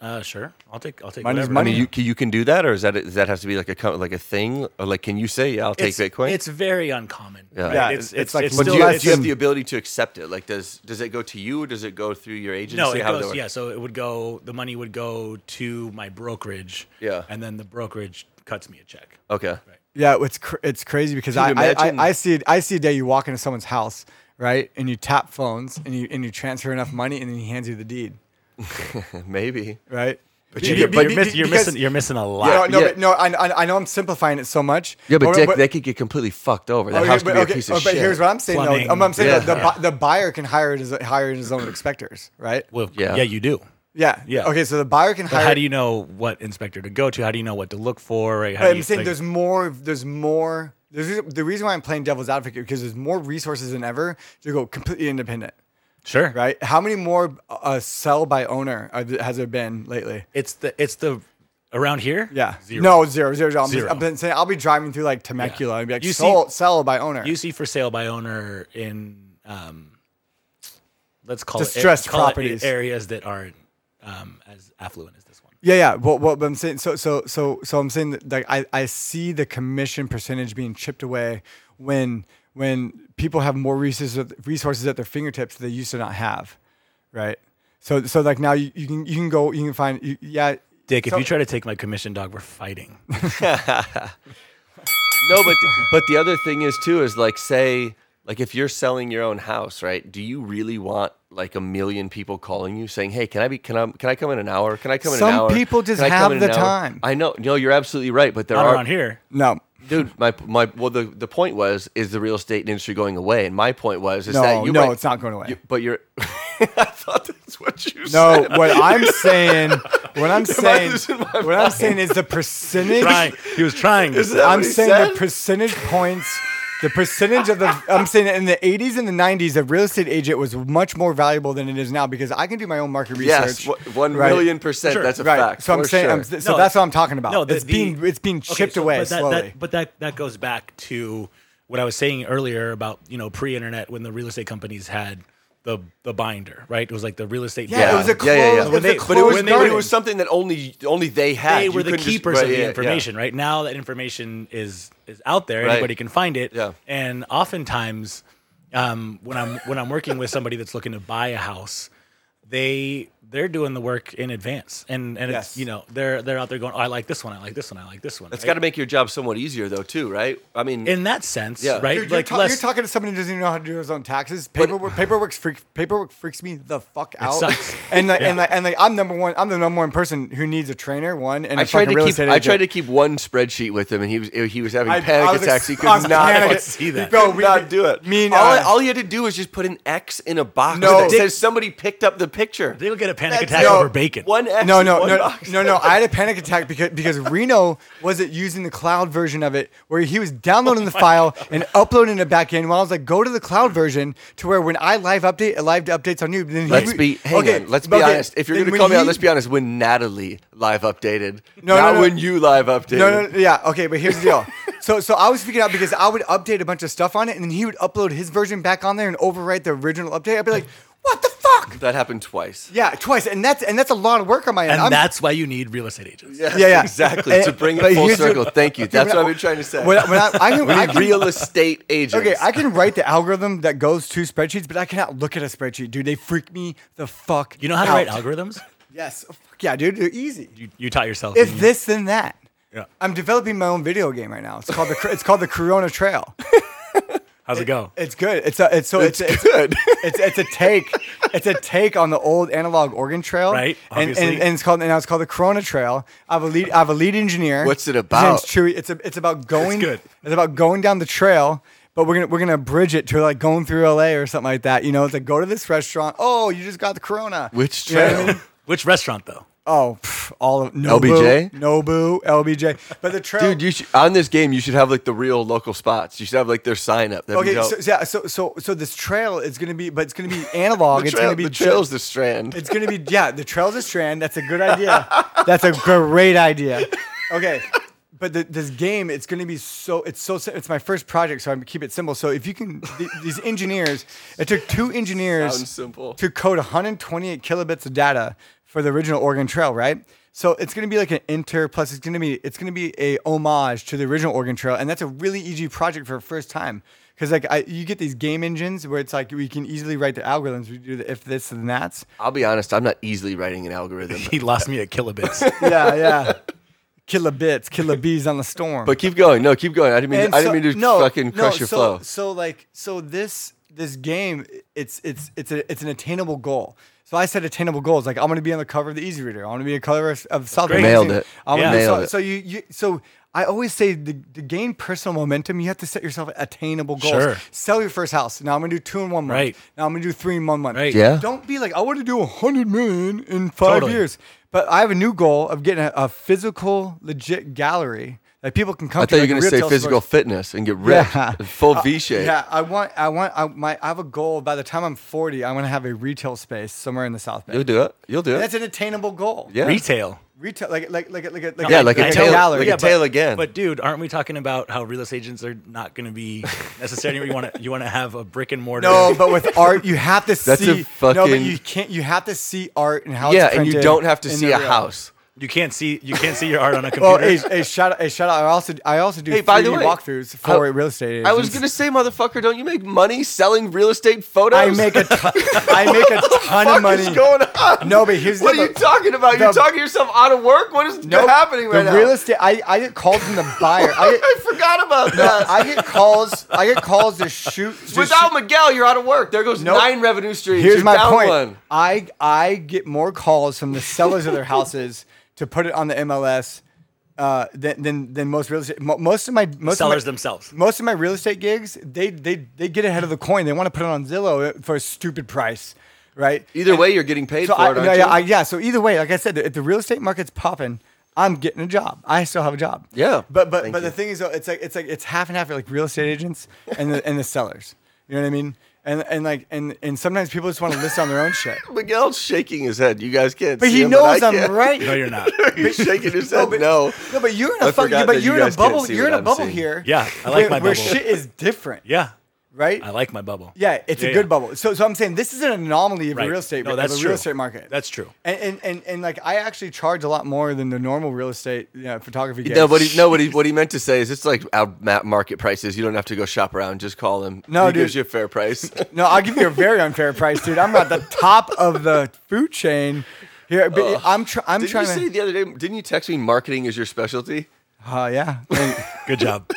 [SPEAKER 7] uh, sure. I'll take. I'll take.
[SPEAKER 6] Mine is
[SPEAKER 7] whatever.
[SPEAKER 5] I
[SPEAKER 6] money.
[SPEAKER 5] mean, you can- you can do that, or is that does that have to be like a co- like a thing? Or like, can you say, "Yeah, I'll take
[SPEAKER 7] it's,
[SPEAKER 5] Bitcoin"?
[SPEAKER 7] It's very uncommmmon.
[SPEAKER 5] Yeah.
[SPEAKER 7] right?
[SPEAKER 5] Yeah,
[SPEAKER 7] it's,
[SPEAKER 6] it's-
[SPEAKER 7] it's,
[SPEAKER 6] it's like-
[SPEAKER 7] it's
[SPEAKER 5] but
[SPEAKER 7] still,
[SPEAKER 5] do you, have,
[SPEAKER 6] it's-
[SPEAKER 5] do you have the ability to accept it? Like, does does it go to you, or does it go through your agency?
[SPEAKER 7] no, it
[SPEAKER 5] How does
[SPEAKER 7] goes,
[SPEAKER 5] work?
[SPEAKER 7] yeah. So it would go. The money would go to my brokerage.
[SPEAKER 5] Yeah.
[SPEAKER 7] and then the brokerage cuts me a check.
[SPEAKER 5] Okay.
[SPEAKER 6] Yeah, it's cr- it's crazy because I,
[SPEAKER 5] Dude,
[SPEAKER 6] I,
[SPEAKER 5] imagine-
[SPEAKER 6] I I see I see a day you walk into someone's house, right, and you tap phones and you and you transfer enough money and then he hands you the deed,
[SPEAKER 5] Maybe.
[SPEAKER 6] right?
[SPEAKER 5] But
[SPEAKER 6] Be-
[SPEAKER 5] you
[SPEAKER 6] be-
[SPEAKER 5] get-
[SPEAKER 6] be-
[SPEAKER 5] but
[SPEAKER 7] you're, miss,
[SPEAKER 6] be-
[SPEAKER 7] you're
[SPEAKER 6] because-
[SPEAKER 7] missing. You're missing a lot.
[SPEAKER 6] No, no,
[SPEAKER 5] yeah.
[SPEAKER 6] but no. I, I, I know I'm simplifying it so much.
[SPEAKER 5] Yeah, but, Dick,
[SPEAKER 6] what-
[SPEAKER 5] they could get completely fucked over. That
[SPEAKER 6] Oh, okay,
[SPEAKER 5] house could
[SPEAKER 6] but-
[SPEAKER 5] be
[SPEAKER 6] okay,
[SPEAKER 5] a piece
[SPEAKER 6] oh,
[SPEAKER 5] of
[SPEAKER 6] but
[SPEAKER 5] shit.
[SPEAKER 6] here's what I'm saying
[SPEAKER 7] Plumbing.
[SPEAKER 6] though. Um, I'm saying
[SPEAKER 5] Yeah.
[SPEAKER 6] the, the, bu- the buyer can hire it as hire it as own inspectors, right?
[SPEAKER 7] Well,
[SPEAKER 5] Yeah.
[SPEAKER 7] yeah. you do.
[SPEAKER 6] Yeah.
[SPEAKER 7] yeah.
[SPEAKER 6] Okay, so the buyer can
[SPEAKER 7] But
[SPEAKER 6] hire.
[SPEAKER 7] how do you know what inspector to go to? How do you know what to look for? Right? How
[SPEAKER 6] But
[SPEAKER 7] do
[SPEAKER 6] I'm
[SPEAKER 7] you,
[SPEAKER 6] saying
[SPEAKER 7] like-
[SPEAKER 6] there's more. There's more. There's the reason why I'm playing devil's advocate because there's more resources than ever to go completely independent.
[SPEAKER 7] sure
[SPEAKER 6] right? How many more uh, sell by owner are th- has there been lately?
[SPEAKER 7] It's the it's the around here.
[SPEAKER 6] Yeah,
[SPEAKER 7] Zero.
[SPEAKER 6] no zero, zero, zero. I'm just-
[SPEAKER 7] Zero.
[SPEAKER 6] I've been saying I'll be driving through like Temecula
[SPEAKER 7] Yeah.
[SPEAKER 6] and be like,
[SPEAKER 7] You see-
[SPEAKER 6] sell, sell by owner.
[SPEAKER 7] You see for sale by owner in um, let's call
[SPEAKER 6] Distressed
[SPEAKER 7] it call it
[SPEAKER 6] properties.
[SPEAKER 7] areas that aren't um, as affluent as this one.
[SPEAKER 6] yeah, yeah. Well, well, but I'm saying so, so, so, so I'm saying that like I, I see the commission percentage being chipped away when when people have more resources resources at their fingertips they used to not have, right? So, so like now you, you can you can go you can find you, yeah.
[SPEAKER 7] Dick,
[SPEAKER 6] So-
[SPEAKER 7] if you try to take my commission dog, we're fighting.
[SPEAKER 5] No, but but the other thing is too is like say like if you're selling your own house, right? Do you really want like a million people calling you saying, "Hey, can I be can I can I come in an hour? Can I come in
[SPEAKER 6] Some
[SPEAKER 5] an hour?"
[SPEAKER 6] people just
[SPEAKER 5] Can I come
[SPEAKER 6] have
[SPEAKER 5] in
[SPEAKER 6] the
[SPEAKER 5] an hour?"
[SPEAKER 6] time.
[SPEAKER 5] I know. No, you're absolutely right, but there
[SPEAKER 7] Not
[SPEAKER 5] are
[SPEAKER 7] around here.
[SPEAKER 6] No,
[SPEAKER 5] dude. My my well, the the point was is the real estate industry going away, and my point was is
[SPEAKER 6] No,
[SPEAKER 5] that you
[SPEAKER 6] no,
[SPEAKER 5] might-
[SPEAKER 6] it's not going away.
[SPEAKER 5] you- but you're. I thought that's what you
[SPEAKER 6] No,
[SPEAKER 5] said.
[SPEAKER 6] what I'm saying, what I'm saying,
[SPEAKER 5] losing my
[SPEAKER 6] what I'm saying is the percentage.
[SPEAKER 7] Trying. He was trying.
[SPEAKER 5] that
[SPEAKER 6] I'm
[SPEAKER 5] what he
[SPEAKER 6] saying
[SPEAKER 5] said?
[SPEAKER 6] the percentage points. The percentage of the I'm saying in the 80s and the 90s, the real estate agent was much more valuable than it is now because I can do my own market
[SPEAKER 5] Yes,
[SPEAKER 6] research.
[SPEAKER 5] w- one
[SPEAKER 6] right?
[SPEAKER 5] million percent.
[SPEAKER 7] Sure.
[SPEAKER 5] That's a
[SPEAKER 6] Right.
[SPEAKER 5] fact.
[SPEAKER 6] so I'm
[SPEAKER 5] for
[SPEAKER 6] saying, I'm,
[SPEAKER 5] sure.
[SPEAKER 6] so that's what I'm talking about. it's being it's being
[SPEAKER 7] okay,
[SPEAKER 6] chipped
[SPEAKER 7] so-
[SPEAKER 6] away
[SPEAKER 7] but that,
[SPEAKER 6] slowly.
[SPEAKER 7] That, but that that goes back to what I was saying earlier about you know pre-internet when the real estate companies had the the binder, right? It was like the real estate.
[SPEAKER 6] Yeah, it was a
[SPEAKER 7] binder.
[SPEAKER 5] Yeah, yeah, yeah.
[SPEAKER 6] closed-
[SPEAKER 7] When
[SPEAKER 6] it's a
[SPEAKER 7] they-
[SPEAKER 5] But it was
[SPEAKER 6] closed
[SPEAKER 7] they-
[SPEAKER 5] but it
[SPEAKER 6] garden.
[SPEAKER 5] was something that only only they had.
[SPEAKER 7] they
[SPEAKER 5] You
[SPEAKER 7] were the
[SPEAKER 5] couldn't just-
[SPEAKER 7] keepers
[SPEAKER 5] right,
[SPEAKER 7] of
[SPEAKER 5] yeah,
[SPEAKER 7] the
[SPEAKER 5] yeah.
[SPEAKER 7] information, right? Now that information is is out there,
[SPEAKER 5] Right.
[SPEAKER 7] anybody can find it.
[SPEAKER 5] Yeah.
[SPEAKER 7] And oftentimes, um, when I'm when I'm working with somebody that's looking to buy a house, they they're doing the work in advance, and and
[SPEAKER 6] Yes.
[SPEAKER 7] it's you know they're they're out there going, oh, I like this one, I like this one, I like this one.
[SPEAKER 5] It's got to make your job somewhat easier, though, too, right? I mean,
[SPEAKER 7] in that sense,
[SPEAKER 5] Yeah.
[SPEAKER 7] right?
[SPEAKER 6] Dude, you're, ta- you're talking to somebody who doesn't even know how to do his own taxes. Paperwork, paperwork, freak, paperwork freaks me the fuck out.
[SPEAKER 7] sucks.
[SPEAKER 6] And like, and like, and like, I'm number one. I'm the number one person who needs a trainer. One and
[SPEAKER 5] I
[SPEAKER 6] a
[SPEAKER 5] tried
[SPEAKER 6] fucking
[SPEAKER 5] to
[SPEAKER 6] real
[SPEAKER 5] keep
[SPEAKER 6] estate
[SPEAKER 5] I
[SPEAKER 6] agent.
[SPEAKER 5] tried to keep one spreadsheet with him, and he was he was having
[SPEAKER 6] I-
[SPEAKER 5] panic
[SPEAKER 6] I was
[SPEAKER 5] attacks. he
[SPEAKER 6] ex-
[SPEAKER 5] could
[SPEAKER 6] I was
[SPEAKER 5] not
[SPEAKER 6] panicking.
[SPEAKER 5] see that.
[SPEAKER 6] Bro,
[SPEAKER 5] Could
[SPEAKER 6] we-
[SPEAKER 5] not do it.
[SPEAKER 6] me and,
[SPEAKER 5] all,
[SPEAKER 6] uh,
[SPEAKER 5] all you had to do was just put an X in a box
[SPEAKER 6] No.
[SPEAKER 5] that
[SPEAKER 6] Dick-
[SPEAKER 5] says somebody picked up the picture.
[SPEAKER 7] They'll get a panic attack
[SPEAKER 6] no,
[SPEAKER 7] over bacon.
[SPEAKER 5] One X,
[SPEAKER 6] No, no,
[SPEAKER 5] one
[SPEAKER 6] no,
[SPEAKER 5] box.
[SPEAKER 6] no, no. I had a panic attack because because Reno wasn't using the cloud version of it, where he was downloading
[SPEAKER 5] Oh
[SPEAKER 6] the file and uploading it back in. While I was like, go to the cloud version, to where when I live update, live updates on you. Then he
[SPEAKER 5] Let's
[SPEAKER 6] re-
[SPEAKER 5] be hang
[SPEAKER 6] okay,
[SPEAKER 5] on. Let's be
[SPEAKER 6] okay,
[SPEAKER 5] honest. If you're
[SPEAKER 6] then
[SPEAKER 5] going to
[SPEAKER 6] when
[SPEAKER 5] call me out,
[SPEAKER 6] he-
[SPEAKER 5] let's be honest. When Natalie live updated,
[SPEAKER 6] No,
[SPEAKER 5] not
[SPEAKER 6] no, no.
[SPEAKER 5] when you live updated.
[SPEAKER 6] No, no, no, yeah, okay, but here's the deal. So, so I was freaking out because I would update a bunch of stuff on it, and then he would upload his version back on there and overwrite the original update. I'd be like, what the fuck?
[SPEAKER 5] That happened twice.
[SPEAKER 6] Yeah, twice, and that's and that's a lot of work on my end.
[SPEAKER 7] and
[SPEAKER 6] I'm-
[SPEAKER 7] that's why you need real estate agents.
[SPEAKER 6] yeah, yeah,
[SPEAKER 5] exactly.
[SPEAKER 6] And-
[SPEAKER 5] to bring
[SPEAKER 6] but
[SPEAKER 5] it full
[SPEAKER 6] here's the-
[SPEAKER 5] circle. Thank you.
[SPEAKER 6] Okay,
[SPEAKER 5] That's
[SPEAKER 6] but
[SPEAKER 5] what
[SPEAKER 6] I-
[SPEAKER 5] I've been trying to say.
[SPEAKER 6] When, I- when I, I can,
[SPEAKER 5] we
[SPEAKER 6] I
[SPEAKER 5] need
[SPEAKER 6] can,
[SPEAKER 5] real estate agents.
[SPEAKER 6] okay, I can write the algorithm that goes to spreadsheets, but I cannot look at a spreadsheet, dude. They freak me the fuck.
[SPEAKER 7] You know how to
[SPEAKER 6] out.
[SPEAKER 7] write algorithms?
[SPEAKER 6] Yes, Oh, fuck yeah, dude. They're easy.
[SPEAKER 7] You, you taught yourself.
[SPEAKER 6] It's
[SPEAKER 7] didn't you?
[SPEAKER 6] this then that.
[SPEAKER 7] Yeah.
[SPEAKER 6] I'm developing my own video game right now. It's called the Cor- it's called the Corona Trail.
[SPEAKER 7] How's it go?
[SPEAKER 6] It's good. It's a it's so it's it's,
[SPEAKER 5] good.
[SPEAKER 6] it's it's a take. It's a take on the old analog Oregon Trail,
[SPEAKER 7] Right,
[SPEAKER 6] And, and,
[SPEAKER 7] obviously.
[SPEAKER 6] and it's called and now it's called the Corona Trail. I have a lead. I have a lead engineer.
[SPEAKER 5] What's it
[SPEAKER 6] His
[SPEAKER 5] about?
[SPEAKER 6] name's Chewy. It's a, it's about going.
[SPEAKER 7] good.
[SPEAKER 6] It's about going down the trail. But we're gonna we're gonna bridge it to like going through LA or something like that. You know, it's like go to this restaurant. Oh, you just got the Corona.
[SPEAKER 5] Which
[SPEAKER 6] You know what I
[SPEAKER 5] trail?
[SPEAKER 6] mean?
[SPEAKER 7] Which restaurant though?
[SPEAKER 6] Oh, pff, all of Nobu,
[SPEAKER 5] LBJ?
[SPEAKER 6] Nobu, LBJ. But the trail,
[SPEAKER 5] Dude, you should, on this game, you should have like the real local spots. You should have like their sign up. That'd be
[SPEAKER 6] Okay,
[SPEAKER 5] dope.
[SPEAKER 6] so, so yeah, so so so this trail is gonna be, but it's gonna be analog.
[SPEAKER 5] the,
[SPEAKER 6] it's
[SPEAKER 5] trail,
[SPEAKER 6] gonna be
[SPEAKER 5] the
[SPEAKER 6] ju-
[SPEAKER 5] trail's the strand.
[SPEAKER 6] It's gonna be yeah. The trail's a strand. That's a good idea. That's a great idea. Okay, but the, this game, it's gonna be so. It's so. sim- It's my first project, so I'm gonna keep it simple. So if you can, th- these engineers. It took two engineers
[SPEAKER 5] Sounds simple.
[SPEAKER 6] to code 128 kilobits of data for the original Oregon Trail, right? So it's gonna be like an inter plus. It's gonna be it's gonna be a homage to the original Oregon Trail, and that's a really easy project for a first time. Because like I, you get these game engines where it's like we can easily write the algorithms. We do the if this and that's.
[SPEAKER 5] I'll be honest. I'm not easily writing an algorithm.
[SPEAKER 7] He lost me at kilobits.
[SPEAKER 6] yeah, yeah. Killer bits, killer bees on the storm.
[SPEAKER 5] But keep going. No, keep going. I didn't mean.
[SPEAKER 6] And
[SPEAKER 5] I
[SPEAKER 6] so-
[SPEAKER 5] didn't mean to
[SPEAKER 6] no,
[SPEAKER 5] fucking
[SPEAKER 6] no,
[SPEAKER 5] crush your
[SPEAKER 6] so,
[SPEAKER 5] flow.
[SPEAKER 6] So like, so this this game, it's it's it's a, it's an attainable goal. So I set attainable goals. Like I'm gonna be on the cover of the Easy Reader. I'm gonna be a cover of, of South.
[SPEAKER 7] Great.
[SPEAKER 5] Nailed
[SPEAKER 6] Magazine.
[SPEAKER 5] it.
[SPEAKER 6] I'm gonna
[SPEAKER 7] Yeah.
[SPEAKER 6] be- so,
[SPEAKER 5] Nailed it.
[SPEAKER 6] so you you so. I always say the, to gain personal momentum, you have to set yourself attainable goals.
[SPEAKER 7] Sure.
[SPEAKER 6] Sell your first house. Now I'm gonna do two in one month.
[SPEAKER 7] Right.
[SPEAKER 6] Now I'm gonna do three in one month.
[SPEAKER 7] Right.
[SPEAKER 5] Yeah.
[SPEAKER 6] Don't be like, I want to do a hundred million in five
[SPEAKER 7] Totally.
[SPEAKER 6] years. But I have a new goal of getting a, a physical, legit gallery that people can come
[SPEAKER 5] I
[SPEAKER 6] to.
[SPEAKER 5] thought you were
[SPEAKER 6] like a
[SPEAKER 5] gonna say
[SPEAKER 6] retail store.
[SPEAKER 5] physical fitness and get ripped, full V shape.
[SPEAKER 6] Oh, Uh, Yeah, I want, I want, I, my, I have a goal. By the time I'm 40, I want to have a retail space somewhere in the South Bay.
[SPEAKER 5] You'll do it. You'll do it.
[SPEAKER 6] That's an attainable goal.
[SPEAKER 5] yeah.
[SPEAKER 7] Retail.
[SPEAKER 6] Retail, like, like, like, like, like,
[SPEAKER 5] Yeah, like a
[SPEAKER 6] a
[SPEAKER 5] tail-
[SPEAKER 6] gallery.
[SPEAKER 5] like a
[SPEAKER 6] Yeah, but-
[SPEAKER 5] tail again.
[SPEAKER 7] But dude, aren't we talking about how real estate agents are not going to be necessarily you want to you want to have a brick and mortar?
[SPEAKER 6] No, but with art, you have to see.
[SPEAKER 5] That's a
[SPEAKER 6] no, but
[SPEAKER 5] fucking-
[SPEAKER 6] you can't. You have to see art and how.
[SPEAKER 5] Yeah,
[SPEAKER 6] it's
[SPEAKER 5] and you
[SPEAKER 6] printed
[SPEAKER 5] don't have to
[SPEAKER 6] in
[SPEAKER 5] see
[SPEAKER 6] the
[SPEAKER 5] a
[SPEAKER 6] real.
[SPEAKER 5] house.
[SPEAKER 7] you can't see you can't see your art on a
[SPEAKER 6] Well,
[SPEAKER 7] computer.
[SPEAKER 6] Oh, hey, hey, shout out! Hey, shout out! I also, I also do
[SPEAKER 5] Hey, by the
[SPEAKER 6] 3D
[SPEAKER 5] way,
[SPEAKER 6] walkthroughs for
[SPEAKER 5] I-
[SPEAKER 6] real estate. Agents.
[SPEAKER 5] I was gonna say, motherfucker, don't you make money selling real estate photos?
[SPEAKER 6] I make a, ton, I make a ton
[SPEAKER 5] What
[SPEAKER 6] of money.
[SPEAKER 5] is going on?
[SPEAKER 6] No, but here's the
[SPEAKER 5] what are
[SPEAKER 6] thing.
[SPEAKER 5] you talking about? You're
[SPEAKER 6] The-
[SPEAKER 5] talking yourself out of work. What is
[SPEAKER 6] Nope,
[SPEAKER 5] happening right
[SPEAKER 6] the
[SPEAKER 5] now?
[SPEAKER 6] real estate. I, I get calls from the buyer. I
[SPEAKER 5] I,
[SPEAKER 6] get,
[SPEAKER 5] forgot about
[SPEAKER 6] no,
[SPEAKER 5] that.
[SPEAKER 6] I get calls. I get calls to shoot. to
[SPEAKER 5] Without
[SPEAKER 6] shoot-
[SPEAKER 5] Miguel, you're out of work. There goes
[SPEAKER 6] Nope.
[SPEAKER 5] nine revenue streams.
[SPEAKER 6] here's
[SPEAKER 5] You're
[SPEAKER 6] my
[SPEAKER 5] down
[SPEAKER 6] point.
[SPEAKER 5] One.
[SPEAKER 6] I I get more calls from the sellers of their houses to put it on the MLS uh, than, than than most real estate. mo- Most of my most
[SPEAKER 7] Sellers
[SPEAKER 6] of my,
[SPEAKER 7] themselves.
[SPEAKER 6] Most of my real estate gigs, they they they get ahead of the coin. They want to put it on Zillow for a stupid price, right?
[SPEAKER 5] Either way, you're getting paid
[SPEAKER 6] So
[SPEAKER 5] for
[SPEAKER 6] I,
[SPEAKER 5] it, aren't
[SPEAKER 6] yeah,
[SPEAKER 5] you?
[SPEAKER 6] yeah, I- yeah. So either way, like I said, if the real estate market's popping, I'm getting a job. I still have a job.
[SPEAKER 5] Yeah.
[SPEAKER 6] But but
[SPEAKER 5] Thank
[SPEAKER 6] but the
[SPEAKER 5] you.
[SPEAKER 6] thing is, though, it's like it's like it's half and half. Like real estate agents and the and the sellers. You know what I mean? And and like and and sometimes people just want to list on their own shit.
[SPEAKER 5] Miguel's shaking his head. You guys can't.
[SPEAKER 6] But
[SPEAKER 5] see
[SPEAKER 6] he
[SPEAKER 5] him, but I
[SPEAKER 6] knows I'm
[SPEAKER 5] can.
[SPEAKER 6] right.
[SPEAKER 7] no, you're not.
[SPEAKER 5] He's shaking his head. No.
[SPEAKER 6] No, but you're in a
[SPEAKER 5] I
[SPEAKER 6] fucking.
[SPEAKER 5] forgot
[SPEAKER 6] But
[SPEAKER 5] that you
[SPEAKER 6] you're in a
[SPEAKER 5] guys can't
[SPEAKER 6] bubble.
[SPEAKER 5] see
[SPEAKER 6] You're in
[SPEAKER 5] what
[SPEAKER 6] a
[SPEAKER 5] I'm
[SPEAKER 6] bubble
[SPEAKER 5] seeing.
[SPEAKER 6] here.
[SPEAKER 7] Yeah, I like
[SPEAKER 6] where-
[SPEAKER 7] my bubble.
[SPEAKER 6] Where shit is different,
[SPEAKER 7] Yeah,
[SPEAKER 6] right?
[SPEAKER 7] I like my bubble.
[SPEAKER 6] Yeah, it's
[SPEAKER 7] Yeah,
[SPEAKER 6] a good
[SPEAKER 7] yeah.
[SPEAKER 6] bubble. So, so I'm saying this is an anomaly of
[SPEAKER 7] Right.
[SPEAKER 6] the real estate
[SPEAKER 7] No,
[SPEAKER 6] of
[SPEAKER 7] that's
[SPEAKER 6] the real
[SPEAKER 7] true.
[SPEAKER 6] estate market.
[SPEAKER 7] That's true.
[SPEAKER 6] And and, and and like I actually charge a lot more than the normal real estate you know, photography. Gigs.
[SPEAKER 5] No, what he, no, what he, what he meant to say is it's like our ma- market prices. You don't have to go shop around. Just call him.
[SPEAKER 6] No,
[SPEAKER 5] he
[SPEAKER 6] dude.
[SPEAKER 5] gives you a fair price.
[SPEAKER 6] No, I'll give you a very unfair price, dude. I'm at the top of the food chain here. But I'm try- I'm
[SPEAKER 5] Did you
[SPEAKER 6] trying
[SPEAKER 5] say
[SPEAKER 6] to.
[SPEAKER 5] the other day? Didn't you text me? Marketing is your specialty.
[SPEAKER 6] Uh, yeah. And-
[SPEAKER 7] Good job.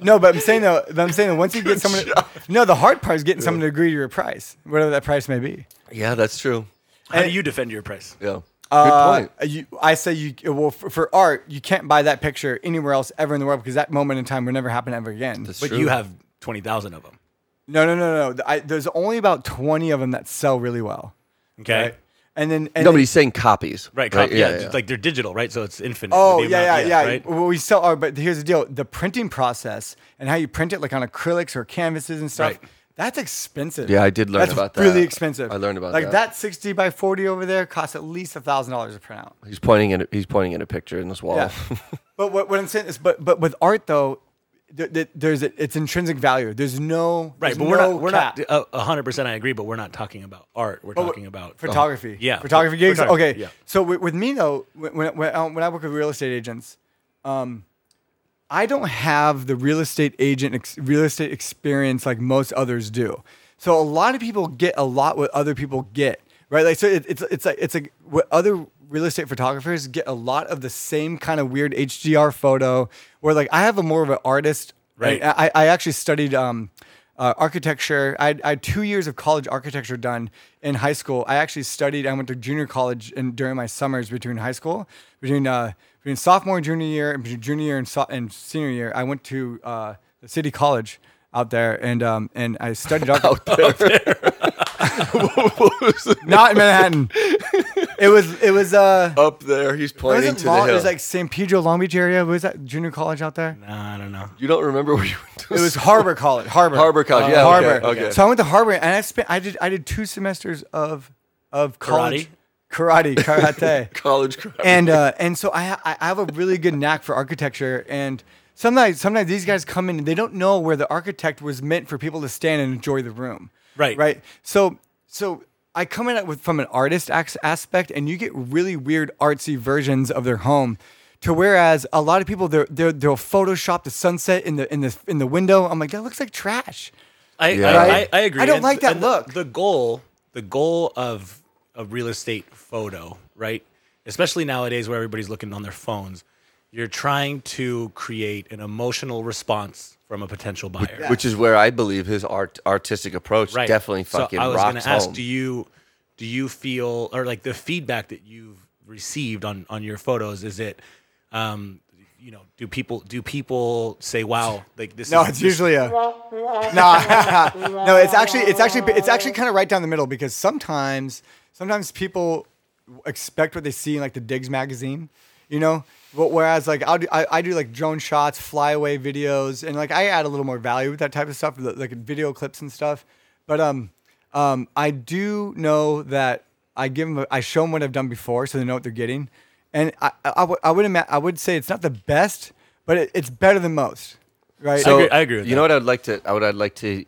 [SPEAKER 6] no, but I'm saying though, but I'm saying that once you get someone, to, no, the hard part is getting someone to agree to your price, whatever that price may be.
[SPEAKER 5] Yeah, that's true.
[SPEAKER 7] How do you defend your price?
[SPEAKER 5] Yeah.
[SPEAKER 6] Uh,
[SPEAKER 5] Good point.
[SPEAKER 6] You, I say you well for, for art, you can't buy that picture anywhere else ever in the world because that moment in time will never happen ever again.
[SPEAKER 7] But
[SPEAKER 5] true.
[SPEAKER 7] you have twenty thousand of them.
[SPEAKER 6] No, no, no, no. I, there's only about 20 of them that sell really well.
[SPEAKER 7] Okay.
[SPEAKER 6] right? And then and
[SPEAKER 5] Nobody's saying copies.
[SPEAKER 7] Right, copy, yeah, it's like they're digital, right? So it's infinite.
[SPEAKER 6] Oh
[SPEAKER 7] the
[SPEAKER 6] yeah, yeah,
[SPEAKER 7] amount-
[SPEAKER 6] yeah.
[SPEAKER 7] Right?
[SPEAKER 6] Well, we still are, but here's the deal: the printing process and how you print it, like on acrylics or canvases and stuff.
[SPEAKER 7] Right.
[SPEAKER 6] That's expensive.
[SPEAKER 5] Yeah, I did learn
[SPEAKER 6] That's
[SPEAKER 5] about
[SPEAKER 6] Really
[SPEAKER 5] that.
[SPEAKER 6] expensive.
[SPEAKER 5] I learned about
[SPEAKER 6] like
[SPEAKER 5] that.
[SPEAKER 6] Like that sixty by forty over there costs at least a thousand dollars to print out.
[SPEAKER 5] He's pointing at he's pointing at a picture in this wall.
[SPEAKER 6] Yeah. but what, what I'm saying is, but but with art though, th- th- there's a, it's intrinsic value. There's no
[SPEAKER 7] Right,
[SPEAKER 6] there's
[SPEAKER 7] but we're
[SPEAKER 6] no
[SPEAKER 7] not we're
[SPEAKER 6] cap.
[SPEAKER 7] not not hundred percent. I agree, but we're not talking about art. We're
[SPEAKER 6] But
[SPEAKER 7] talking
[SPEAKER 6] what-
[SPEAKER 7] about
[SPEAKER 6] Oh, photography.
[SPEAKER 7] Yeah,
[SPEAKER 6] photography
[SPEAKER 7] pho-
[SPEAKER 6] gigs.
[SPEAKER 7] photography,
[SPEAKER 6] okay,
[SPEAKER 7] yeah.
[SPEAKER 6] so with, with me though, when when, when, um, when I work with real estate agents, um, I don't have the real estate agent ex- real estate experience like most others do. So a lot of people get a lot what other people get, right? Like so, it, it's it's like it's like what other real estate photographers get a lot of the same kind of weird HDR photo. Where like I have a more of an artist,
[SPEAKER 7] Right.
[SPEAKER 6] I, I I actually studied um, uh, architecture. I, had- I had two years of college architecture done in high school. I actually studied. I went to junior college and during my summers between high school, between uh, between sophomore and junior year, and between junior year and, so- and senior year, I went to uh, the city college out there and um, and I studied architecture not in Manhattan. It was it was uh.
[SPEAKER 5] Up there, he's
[SPEAKER 6] It
[SPEAKER 5] pointing
[SPEAKER 6] wasn't
[SPEAKER 5] to
[SPEAKER 6] Long-
[SPEAKER 5] the
[SPEAKER 6] it
[SPEAKER 5] hill.
[SPEAKER 6] was like San Pedro, Long Beach area. Was that junior college out there?
[SPEAKER 7] Nah, I don't know.
[SPEAKER 5] you don't remember where you went to
[SPEAKER 6] It was Harbor College. Harbor.
[SPEAKER 5] Harbor College, yeah, okay,
[SPEAKER 6] Harbor.
[SPEAKER 5] okay.
[SPEAKER 6] So I went to Harbor, and I spent. I did. I did two semesters of of college karate, karate,
[SPEAKER 5] college. crowd.
[SPEAKER 6] and uh, and so I ha- I I have a really good knack for architecture. And sometimes sometimes these guys come in and they don't know where the architect was meant for people to stand and enjoy the room.
[SPEAKER 7] Right.
[SPEAKER 6] Right. So so I come in at- with from an artist ax- aspect, and you get really weird artsy versions of their home. To whereas a lot of people they're, they're, they'll Photoshop the sunset in the in the in the window. I'm like that looks like trash.
[SPEAKER 7] I,
[SPEAKER 5] Yeah.
[SPEAKER 7] I,
[SPEAKER 5] Right?
[SPEAKER 7] I, I agree.
[SPEAKER 6] I don't
[SPEAKER 7] And-
[SPEAKER 6] like that
[SPEAKER 7] and the-
[SPEAKER 6] look.
[SPEAKER 7] The goal, the goal of a real estate photo, right? Especially nowadays where everybody's looking on their phones, you're trying to create an emotional response from a potential buyer.
[SPEAKER 5] Which is where I believe his art artistic approach
[SPEAKER 7] Right.
[SPEAKER 5] definitely fucking
[SPEAKER 7] so I was
[SPEAKER 5] rocks
[SPEAKER 7] gonna ask,
[SPEAKER 5] home.
[SPEAKER 7] do you do you feel or like the feedback that you've received on on your photos? Is it, um, you know, do people do people say, "Wow, like this"?
[SPEAKER 6] No,
[SPEAKER 7] is,
[SPEAKER 6] it's
[SPEAKER 7] this-
[SPEAKER 6] usually a no. no, it's actually it's actually it's actually kind of right down the middle because sometimes sometimes people expect what they see in like the Diggs magazine, you know. But whereas like I'll do, I I do like drone shots, flyaway videos, and like I add a little more value with that type of stuff, li- like video clips and stuff. But um um I do know that I give them a, I show them what I've done before, so they know what they're getting. And I I, I would I would ima- I would say it's not the best, but it, it's better than most. Right.
[SPEAKER 5] So
[SPEAKER 7] agree- I agree with
[SPEAKER 5] you
[SPEAKER 7] that.
[SPEAKER 5] know what I'd like to? I would. I'd like to.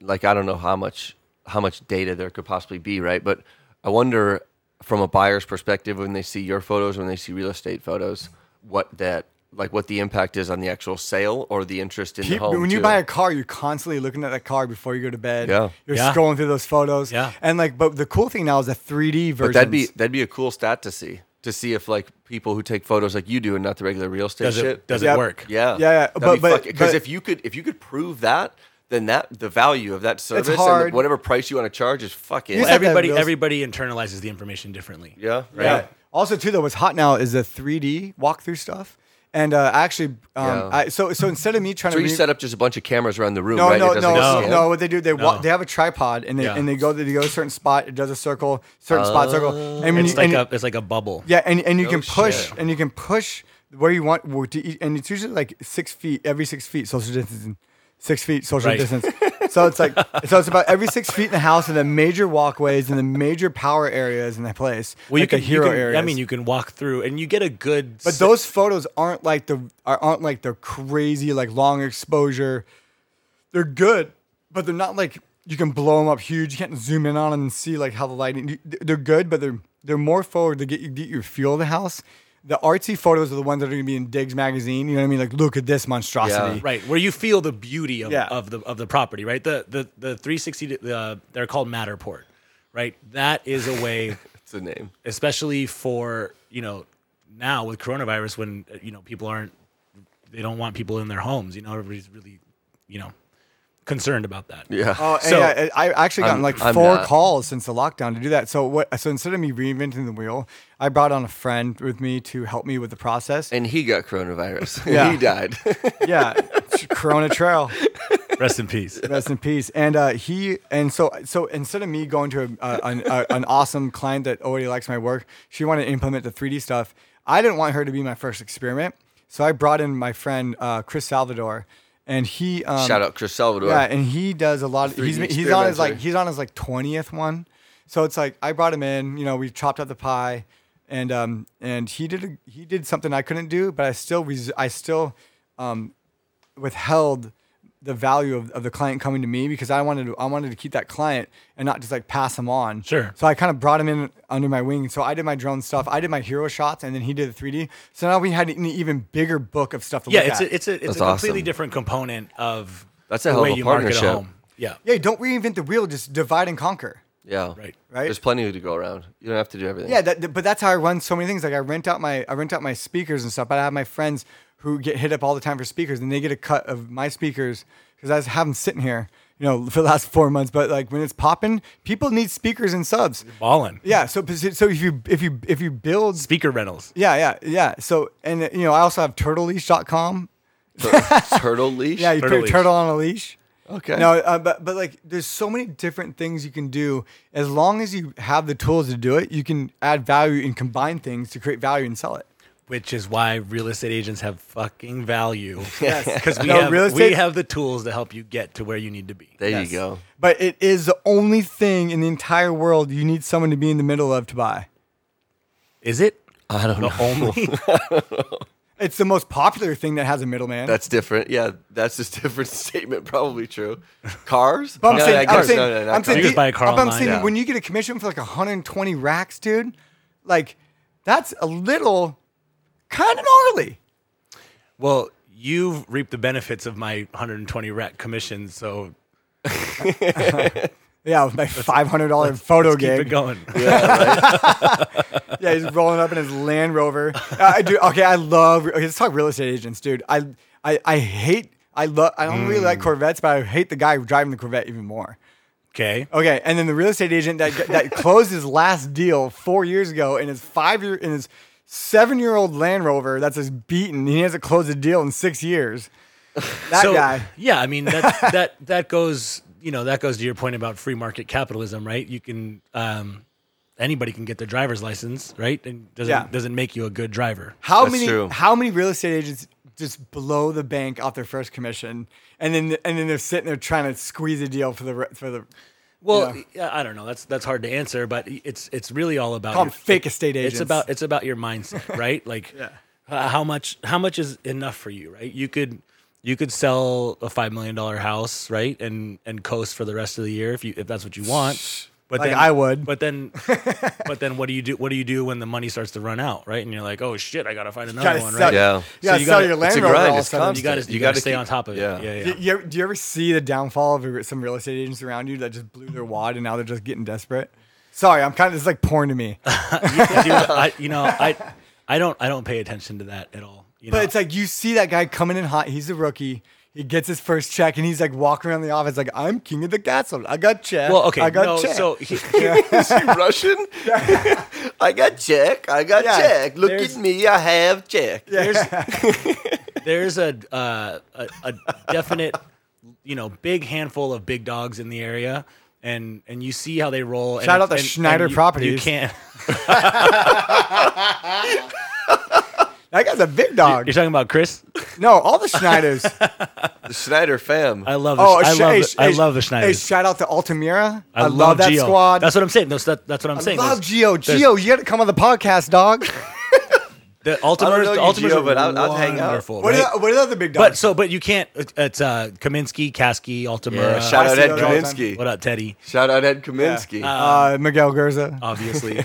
[SPEAKER 5] Like I don't know how much how much data there could possibly be, right? But I wonder from a buyer's perspective when they see your photos, when they see real estate photos, what that like what the impact is on the actual sale or the interest in the
[SPEAKER 6] Pe-
[SPEAKER 5] home.
[SPEAKER 6] when you
[SPEAKER 5] too.
[SPEAKER 6] buy a car, you're constantly looking at that car before you go to bed.
[SPEAKER 5] Yeah.
[SPEAKER 6] You're
[SPEAKER 7] Yeah.
[SPEAKER 6] scrolling through those photos.
[SPEAKER 7] Yeah.
[SPEAKER 6] And like, but the cool thing now is the 3D version.
[SPEAKER 5] but that'd be that'd be a cool stat to see to see if like people who take photos like you do and not the regular real estate
[SPEAKER 7] does
[SPEAKER 5] shit
[SPEAKER 7] it does
[SPEAKER 6] Yeah.
[SPEAKER 7] it work?
[SPEAKER 5] Yeah,
[SPEAKER 6] Yeah, yeah, but- but-
[SPEAKER 5] because
[SPEAKER 6] but-
[SPEAKER 5] if you could if you could prove that, then that the value of that service and
[SPEAKER 6] hard.
[SPEAKER 5] the, whatever price you want to charge is fucking.
[SPEAKER 6] You
[SPEAKER 7] Well,
[SPEAKER 6] said that,
[SPEAKER 7] everybody
[SPEAKER 6] Bills.
[SPEAKER 7] everybody internalizes the information differently.
[SPEAKER 5] yeah, right.
[SPEAKER 6] Yeah. Also, too, though, what's hot now is the 3D walkthrough stuff. And uh, actually, um,
[SPEAKER 5] Yeah.
[SPEAKER 6] I, so so instead of me trying
[SPEAKER 5] So
[SPEAKER 6] to
[SPEAKER 5] you
[SPEAKER 6] re-
[SPEAKER 5] set up just a bunch of cameras around the room,
[SPEAKER 6] No,
[SPEAKER 5] right?
[SPEAKER 6] no,
[SPEAKER 5] It doesn't
[SPEAKER 6] no,
[SPEAKER 5] get
[SPEAKER 6] no,
[SPEAKER 5] scanned.
[SPEAKER 6] They do. They wa-
[SPEAKER 7] No.
[SPEAKER 6] they have a tripod and they
[SPEAKER 7] Yeah.
[SPEAKER 6] and they go they go to a certain spot. It does a circle, certain spot, circle. And when
[SPEAKER 7] It's
[SPEAKER 6] you,
[SPEAKER 7] like
[SPEAKER 6] and-
[SPEAKER 7] a it's like a bubble.
[SPEAKER 6] Yeah, and, and you
[SPEAKER 5] No
[SPEAKER 6] can push
[SPEAKER 5] shit.
[SPEAKER 6] and you can push where you want where to eat, and it's usually like six feet every six feet social distancing, six feet social
[SPEAKER 7] Right.
[SPEAKER 6] distance. So it's like so it's about every six feet in the house and the major walkways and the major power areas in the place.
[SPEAKER 7] Well, you
[SPEAKER 6] like
[SPEAKER 7] can
[SPEAKER 6] the hero
[SPEAKER 7] you can,
[SPEAKER 6] areas.
[SPEAKER 7] I mean, you can walk through and you get a good.
[SPEAKER 6] but
[SPEAKER 7] se-
[SPEAKER 6] those photos aren't like the are- aren't like the crazy like long exposure. They're good, but they're not like you can blow them up huge. You can't zoom in on them and see like how the lighting. They're good, but they're they're more forward to get you get you feel of the house. The artsy photos are the ones that are gonna be in Diggs magazine. You know what I mean? Like, look at this monstrosity.
[SPEAKER 5] Yeah.
[SPEAKER 7] right where you feel the beauty of,
[SPEAKER 6] Yeah.
[SPEAKER 7] of the of the property right the the the 360 de- uh, they're called matterport right that is a way
[SPEAKER 5] It's the name.
[SPEAKER 7] especially for you know now with coronavirus when uh, you know people aren't they don't want people in their homes you know everybody's really you know concerned about that
[SPEAKER 5] Yeah.
[SPEAKER 6] Oh, and
[SPEAKER 7] So-
[SPEAKER 6] yeah, I I actually gotten
[SPEAKER 5] I'm-
[SPEAKER 6] like
[SPEAKER 5] I'm
[SPEAKER 6] four
[SPEAKER 5] not.
[SPEAKER 6] calls since the lockdown to do that. So what? So instead of me reinventing the wheel, I brought on a friend with me to help me with the process.
[SPEAKER 5] and he got coronavirus.
[SPEAKER 6] Yeah.
[SPEAKER 5] he died.
[SPEAKER 6] yeah, Corona Trail.
[SPEAKER 7] Rest in peace.
[SPEAKER 6] Rest in peace. And uh, he and so so instead of me going to a, uh, an, a, an awesome client that already likes my work, she wanted to implement the 3D stuff. I didn't want her to be my first experiment, so I brought in my friend uh, Chris Salvador, and he um,
[SPEAKER 5] Shout out Chris Salvador.
[SPEAKER 6] Yeah, and he does a lot. Of,
[SPEAKER 5] 3D
[SPEAKER 6] he's he's on his
[SPEAKER 5] experimenter.
[SPEAKER 6] like he's on his like twentieth one, so it's like I brought him in. You know, we chopped up the pie, and um and he did a, he did something I couldn't do, but I still res- I still um withheld the value of, of the client coming to me because I wanted to, I wanted to keep that client and not just like pass him on.
[SPEAKER 7] Sure.
[SPEAKER 6] So I kind of brought him in under my wing. So I did my drone stuff. I did my hero shots, and then he did the 3D. So now we had an even bigger book of stuff to
[SPEAKER 7] Yeah,
[SPEAKER 6] look
[SPEAKER 7] it's
[SPEAKER 6] at.
[SPEAKER 7] a, it's a it's
[SPEAKER 5] That's
[SPEAKER 7] a completely
[SPEAKER 5] awesome.
[SPEAKER 7] different component of
[SPEAKER 5] That's a
[SPEAKER 7] the
[SPEAKER 5] hell
[SPEAKER 7] way
[SPEAKER 5] of a
[SPEAKER 7] you market
[SPEAKER 5] partnership.
[SPEAKER 7] home. Yeah,
[SPEAKER 6] yeah, don't reinvent the wheel. Just divide and conquer.
[SPEAKER 5] Yeah.
[SPEAKER 7] Right.
[SPEAKER 6] Right?
[SPEAKER 5] There's plenty to go around. You don't have to do everything.
[SPEAKER 6] Yeah, that, but that's how I run so many things. Like I rent out my I rent out my speakers and stuff. But I have my friends who get hit up all the time for speakers, and they get a cut of my speakers because I just have them sitting here, you know, for the last four months. But like when it's popping, people need speakers and subs.
[SPEAKER 7] ballin.
[SPEAKER 6] Yeah, so so if you if you if you build,
[SPEAKER 7] Speaker rentals.
[SPEAKER 6] yeah, yeah, yeah. So and uh, you know I also have turtleleash.com.
[SPEAKER 5] Tur- turtle leash.
[SPEAKER 6] Yeah, you
[SPEAKER 7] Turtle
[SPEAKER 6] put a
[SPEAKER 7] leash.
[SPEAKER 6] turtle on a leash.
[SPEAKER 5] Okay.
[SPEAKER 6] No, uh, but but like, there's so many different things you can do. As long as you have the tools to do it, you can add value and combine things to create value and sell it.
[SPEAKER 7] which is why real estate agents have fucking value.
[SPEAKER 6] Yes.
[SPEAKER 7] Because we,
[SPEAKER 6] No,
[SPEAKER 7] have,
[SPEAKER 6] real
[SPEAKER 7] we
[SPEAKER 6] estate-
[SPEAKER 7] have the tools to help you get to where you need to be.
[SPEAKER 5] There
[SPEAKER 6] Yes.
[SPEAKER 5] you go.
[SPEAKER 6] But it is the only thing in the entire world you need someone to be in the middle of to buy.
[SPEAKER 7] Is it
[SPEAKER 5] I don't
[SPEAKER 7] the
[SPEAKER 5] know.
[SPEAKER 7] only?
[SPEAKER 6] It's the most popular thing that has a middleman.
[SPEAKER 5] That's different. Yeah, that's just different statement. Probably true. Cars?
[SPEAKER 6] But I'm
[SPEAKER 5] No,
[SPEAKER 6] saying,
[SPEAKER 5] yeah,
[SPEAKER 6] I'm
[SPEAKER 5] cars.
[SPEAKER 6] saying,
[SPEAKER 5] No, no, not
[SPEAKER 6] I'm
[SPEAKER 5] cars.
[SPEAKER 6] saying,
[SPEAKER 7] You just buy a car
[SPEAKER 6] I'm
[SPEAKER 7] online,
[SPEAKER 6] saying
[SPEAKER 7] yeah.
[SPEAKER 6] when you get a commission for like 120 racks, dude, like that's a little kind of gnarly.
[SPEAKER 7] well, you've reaped the benefits of my 120 rec commission, so
[SPEAKER 6] Yeah, with my $500 photo
[SPEAKER 7] keep
[SPEAKER 6] gig.
[SPEAKER 7] it going.
[SPEAKER 6] Yeah, he's rolling up in his Land Rover. Uh, I do. Okay, I love. Okay, let's talk real estate agents, dude. I I, I hate. I love. I don't really like Corvettes, but I hate the guy driving the Corvette even more.
[SPEAKER 7] Okay.
[SPEAKER 6] Okay, and then the real estate agent that that closed his last deal four years ago in his five year in his seven year old Land Rover that's as beaten. He hasn't closed a deal in six years. That
[SPEAKER 7] so,
[SPEAKER 6] guy.
[SPEAKER 7] Yeah, I mean that that that goes you know that goes to your point about free market capitalism, right? You can um, anybody can get their driver's license, right? And doesn't
[SPEAKER 6] Yeah.
[SPEAKER 7] doesn't make you a good driver.
[SPEAKER 6] How
[SPEAKER 5] That's
[SPEAKER 6] many
[SPEAKER 5] true.
[SPEAKER 6] how many real estate agents just blow the bank off their first commission, and then and then they're sitting there trying to squeeze a deal for the re- for the
[SPEAKER 7] Well, yeah, I don't know. That's that's hard to answer, but it's it's really all about
[SPEAKER 6] Call 'em fake estate agents.
[SPEAKER 7] It's about it's about your mindset, right? Like uh, how much how much is enough for you, right? You could you could sell a five million dollar house, right, and and coast for the rest of the year if you if that's what you want. But
[SPEAKER 6] Like I would.
[SPEAKER 7] But then, but then, what do you do? What do you do when the money starts to run out, right? And you're like, oh shit, I gotta find another
[SPEAKER 6] gotta
[SPEAKER 7] one,
[SPEAKER 6] sell,
[SPEAKER 7] right?
[SPEAKER 5] Yeah.
[SPEAKER 6] you
[SPEAKER 5] So
[SPEAKER 6] gotta
[SPEAKER 7] you
[SPEAKER 6] sell
[SPEAKER 7] gotta-
[SPEAKER 6] your
[SPEAKER 5] it's
[SPEAKER 6] Land
[SPEAKER 5] a
[SPEAKER 6] Rover
[SPEAKER 5] grind.
[SPEAKER 6] all of a
[SPEAKER 5] It's
[SPEAKER 6] sudden.
[SPEAKER 7] You gotta
[SPEAKER 5] You
[SPEAKER 7] you, gotta,
[SPEAKER 5] gotta
[SPEAKER 7] stay
[SPEAKER 5] keep-
[SPEAKER 7] on top of it.
[SPEAKER 5] yeah.
[SPEAKER 7] Yeah, yeah.
[SPEAKER 6] Do you, ever- do you ever see the downfall of some real estate agents around you that just blew their wad and now they're just getting desperate? Sorry, I'm kind of it's like porn to me,
[SPEAKER 7] Dude, I, you know, I, I don't, I don't pay attention to that at all. You know?
[SPEAKER 6] but it's like you see that guy coming in hot. He's a rookie. He gets his first check and he's like walking around the office like I'm king of the castle. I got check.
[SPEAKER 7] Well, okay.
[SPEAKER 6] I got
[SPEAKER 7] no,
[SPEAKER 6] check.
[SPEAKER 7] so he- he-
[SPEAKER 5] Is he Russian? I got check. I got
[SPEAKER 6] Yeah,
[SPEAKER 5] check. Look
[SPEAKER 6] there's-
[SPEAKER 5] at me. I have check.
[SPEAKER 7] there's a, uh, a a definite, you know, big handful of big dogs in the area, and and you see how they roll.
[SPEAKER 6] Shout
[SPEAKER 7] and,
[SPEAKER 6] out to
[SPEAKER 7] and-
[SPEAKER 6] Schneider
[SPEAKER 7] and you- You
[SPEAKER 6] Properties.
[SPEAKER 7] can't.
[SPEAKER 6] that guy's a big dog.
[SPEAKER 7] You're talking about Chris.
[SPEAKER 6] No, all the Schneiders.
[SPEAKER 5] The Schneider fam.
[SPEAKER 7] I love. The,
[SPEAKER 6] oh,
[SPEAKER 7] I
[SPEAKER 6] sh-
[SPEAKER 7] love.
[SPEAKER 6] hey,
[SPEAKER 7] the,
[SPEAKER 6] sh-
[SPEAKER 7] I
[SPEAKER 6] hey,
[SPEAKER 7] love the
[SPEAKER 6] sh-
[SPEAKER 7] Schneider.
[SPEAKER 6] Hey, shout out to Altamira.
[SPEAKER 7] I,
[SPEAKER 6] love, that
[SPEAKER 7] Gio.
[SPEAKER 6] squad.
[SPEAKER 7] That's what I'm saying. No, so that, that's what I'm
[SPEAKER 6] I
[SPEAKER 7] saying.
[SPEAKER 6] love
[SPEAKER 7] There's-
[SPEAKER 6] Geo.
[SPEAKER 7] there's-
[SPEAKER 6] Geo, you got to come on the podcast, dog.
[SPEAKER 7] The Ultimers,
[SPEAKER 5] know
[SPEAKER 7] the
[SPEAKER 5] you,
[SPEAKER 7] Ultimers
[SPEAKER 5] Gio,
[SPEAKER 7] are
[SPEAKER 5] but I'll- I'll hang out.
[SPEAKER 7] wonderful,
[SPEAKER 6] What,
[SPEAKER 7] right?
[SPEAKER 6] are the, what are the other big dogs?
[SPEAKER 7] But so, but you can't. it- It's uh, Kaminsky, Kasky, Altamura.
[SPEAKER 5] yeah, shout
[SPEAKER 6] I
[SPEAKER 5] out
[SPEAKER 6] see
[SPEAKER 5] Ed
[SPEAKER 6] those all the time.
[SPEAKER 5] Kaminsky.
[SPEAKER 7] What up, Teddy?
[SPEAKER 5] Shout out Ed Kaminsky.
[SPEAKER 6] uh, Miguel Gerza.
[SPEAKER 7] Obviously.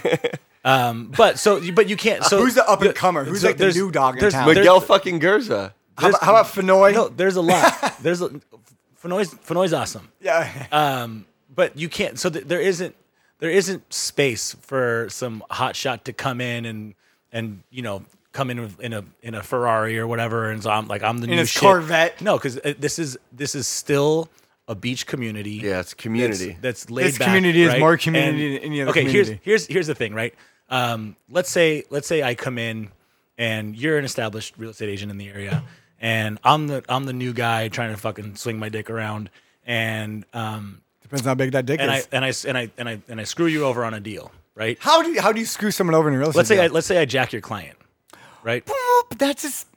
[SPEAKER 7] um, but so, but you can't. So
[SPEAKER 6] Who's the up and comer? Who's
[SPEAKER 7] so
[SPEAKER 6] like the
[SPEAKER 7] there's-
[SPEAKER 6] new dog in
[SPEAKER 7] there's-
[SPEAKER 6] town?
[SPEAKER 7] there's-
[SPEAKER 5] Miguel fucking Gerza.
[SPEAKER 6] how, about, how about Fenoy?
[SPEAKER 7] No, there's a lot. There's a Fenoy's Fenoy's awesome,
[SPEAKER 6] yeah.
[SPEAKER 7] Uh, but you can't. So th- there isn't there isn't space for some hot shot to come in and and you know come in with- in a in a Ferrari or whatever, and so I'm like I'm the new
[SPEAKER 6] his
[SPEAKER 7] shit.
[SPEAKER 6] Corvette.
[SPEAKER 7] No, because this is this is still a beach community.
[SPEAKER 5] Yeah, it's community.
[SPEAKER 7] that's, that's laid
[SPEAKER 6] This
[SPEAKER 7] back,
[SPEAKER 6] community is
[SPEAKER 7] right?
[SPEAKER 6] more community than any other
[SPEAKER 7] okay
[SPEAKER 6] community.
[SPEAKER 7] here's here's here's the thing right um, let's say let's say i come in and you're an established real estate agent in the area and I'm the I'm the new guy trying to fucking swing my dick around, and um,
[SPEAKER 6] Depends on how big that dick
[SPEAKER 7] and I uh,
[SPEAKER 6] is.
[SPEAKER 7] and I s- and I and I and I screw you over on a deal, right?
[SPEAKER 6] how do you, how do you screw someone over in a real estate?
[SPEAKER 7] Let's say I,
[SPEAKER 6] deal?
[SPEAKER 7] let's say I jack your client, right?
[SPEAKER 6] Boop, that's just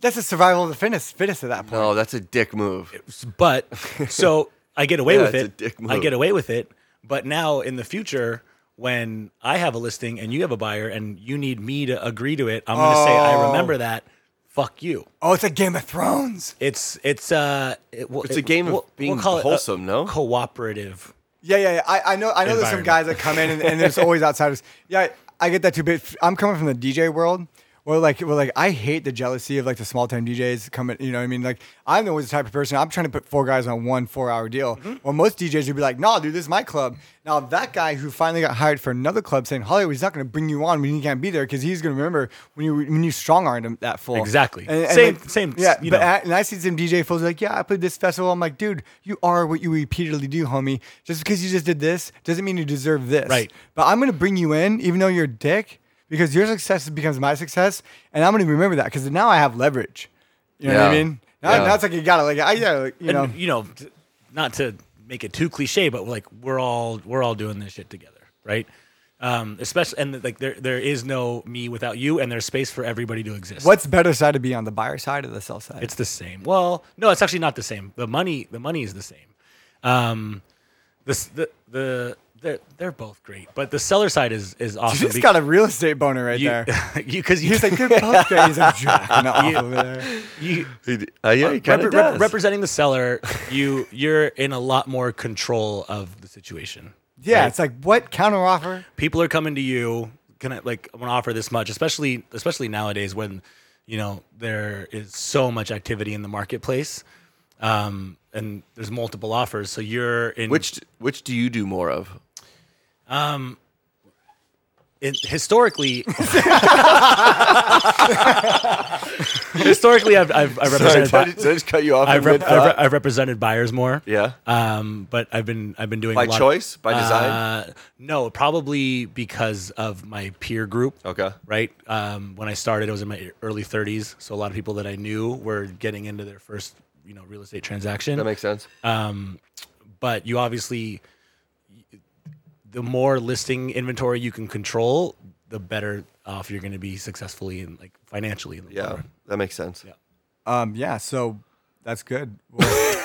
[SPEAKER 6] that's a survival of the fittest, fittest at that point.
[SPEAKER 5] No, Oh, that's a dick move.
[SPEAKER 7] But so I get away
[SPEAKER 5] Yeah,
[SPEAKER 7] with
[SPEAKER 5] it's a
[SPEAKER 7] it.
[SPEAKER 5] dick
[SPEAKER 7] I
[SPEAKER 5] move.
[SPEAKER 7] get away with it. But now in the future, when I have a listing and you have a buyer and you need me to agree to it, I'm going to say I
[SPEAKER 6] Oh.
[SPEAKER 7] remember that. Fuck you.
[SPEAKER 6] Oh, it's a Game of Thrones.
[SPEAKER 7] It's it's uh it, well,
[SPEAKER 5] It's a
[SPEAKER 7] it-
[SPEAKER 5] game of
[SPEAKER 7] we'll-
[SPEAKER 5] being
[SPEAKER 7] we'll call it a
[SPEAKER 5] wholesome, no?
[SPEAKER 7] cooperative.
[SPEAKER 6] Yeah, yeah, yeah. I, I know, I know. There's some
[SPEAKER 7] Environment.
[SPEAKER 6] guys that come in and, and there's always outsiders. Yeah, I, I get that too. But I'm coming from the DJ world. Well, like, well, like, I hate the jealousy of like the small time DJs coming. You know, what I mean, like, I'm always the type of person. I'm trying to put four guys on one four hour deal.
[SPEAKER 7] Mm-hmm.
[SPEAKER 6] Well, most DJs would be like, "Nah, dude, this is my club." Now that guy who finally got hired for another club saying Hollywood, he's not going to bring you on when you can't be there because he's going to remember when you when you strong armed him that full.
[SPEAKER 7] Exactly. Same- same,
[SPEAKER 6] Yeah,
[SPEAKER 7] you
[SPEAKER 6] but
[SPEAKER 7] know.
[SPEAKER 6] I- and I see some DJ fools like, yeah, I played this festival. I'm like, dude, you are what you repeatedly do, homie. Just because you just did this doesn't mean you deserve this.
[SPEAKER 7] Right.
[SPEAKER 6] But I'm gonna bring you in, even though you're a dick, because your success becomes my success, and I'm gonna remember that because now I have leverage. You know what I
[SPEAKER 5] Yeah.
[SPEAKER 6] mean? Now,
[SPEAKER 5] Yeah.
[SPEAKER 6] now it's like you gotta like I gotta like, you know.
[SPEAKER 7] and, you know, t- not to make it too cliche, but like we're all we're all doing this shit together, right? Um, especially and like there there is no me without you, and there's space for everybody to exist.
[SPEAKER 6] What's better side to be on, the buyer side or the sell side?
[SPEAKER 7] It's the same. Well, no, it's actually not the same. The money the money is the same. Um, this the the they're, they're both great, but the seller side is is awesome.
[SPEAKER 6] you just
[SPEAKER 7] be-
[SPEAKER 6] got a real estate boner right
[SPEAKER 7] you
[SPEAKER 6] there.
[SPEAKER 7] because you,
[SPEAKER 6] He's like, they're both great. He's like, jacking off over there.
[SPEAKER 7] you
[SPEAKER 5] Uh, yeah, he
[SPEAKER 7] Repre-
[SPEAKER 5] kinda
[SPEAKER 7] rep-
[SPEAKER 5] does.
[SPEAKER 7] representing the seller, you you're in a lot more control of the situation.
[SPEAKER 6] Yeah,
[SPEAKER 7] right?
[SPEAKER 6] it's like what counter offer?
[SPEAKER 7] people are coming to you can i like i'm gonna offer this much especially especially nowadays when you know there is so much activity in the marketplace um and there's multiple offers so you're in
[SPEAKER 5] Which which do you do more of?
[SPEAKER 7] in, historically historically i've i've, I've represented
[SPEAKER 5] Sorry, did I,
[SPEAKER 7] bu-
[SPEAKER 5] did I just cut you off?
[SPEAKER 7] I've,
[SPEAKER 5] in
[SPEAKER 7] rep- I've, re-
[SPEAKER 5] mid-thought?
[SPEAKER 7] I've represented buyers more
[SPEAKER 5] yeah,
[SPEAKER 7] um but i've been i've been doing
[SPEAKER 5] by
[SPEAKER 7] a lot
[SPEAKER 5] choice, by design.
[SPEAKER 7] Uh, no, probably because of my peer group.
[SPEAKER 5] Okay.
[SPEAKER 7] Right. Um, when I started, I was in my early 30s, so a lot of people that I knew were getting into their first, you know, real estate transaction.
[SPEAKER 5] that makes sense.
[SPEAKER 6] Uh,
[SPEAKER 7] but you obviously, the more listing inventory you can control, the better off you're going to be successfully and like financially. In the long
[SPEAKER 5] yeah,
[SPEAKER 7] run.
[SPEAKER 5] that makes sense.
[SPEAKER 6] Um, yeah, so that's good. Well-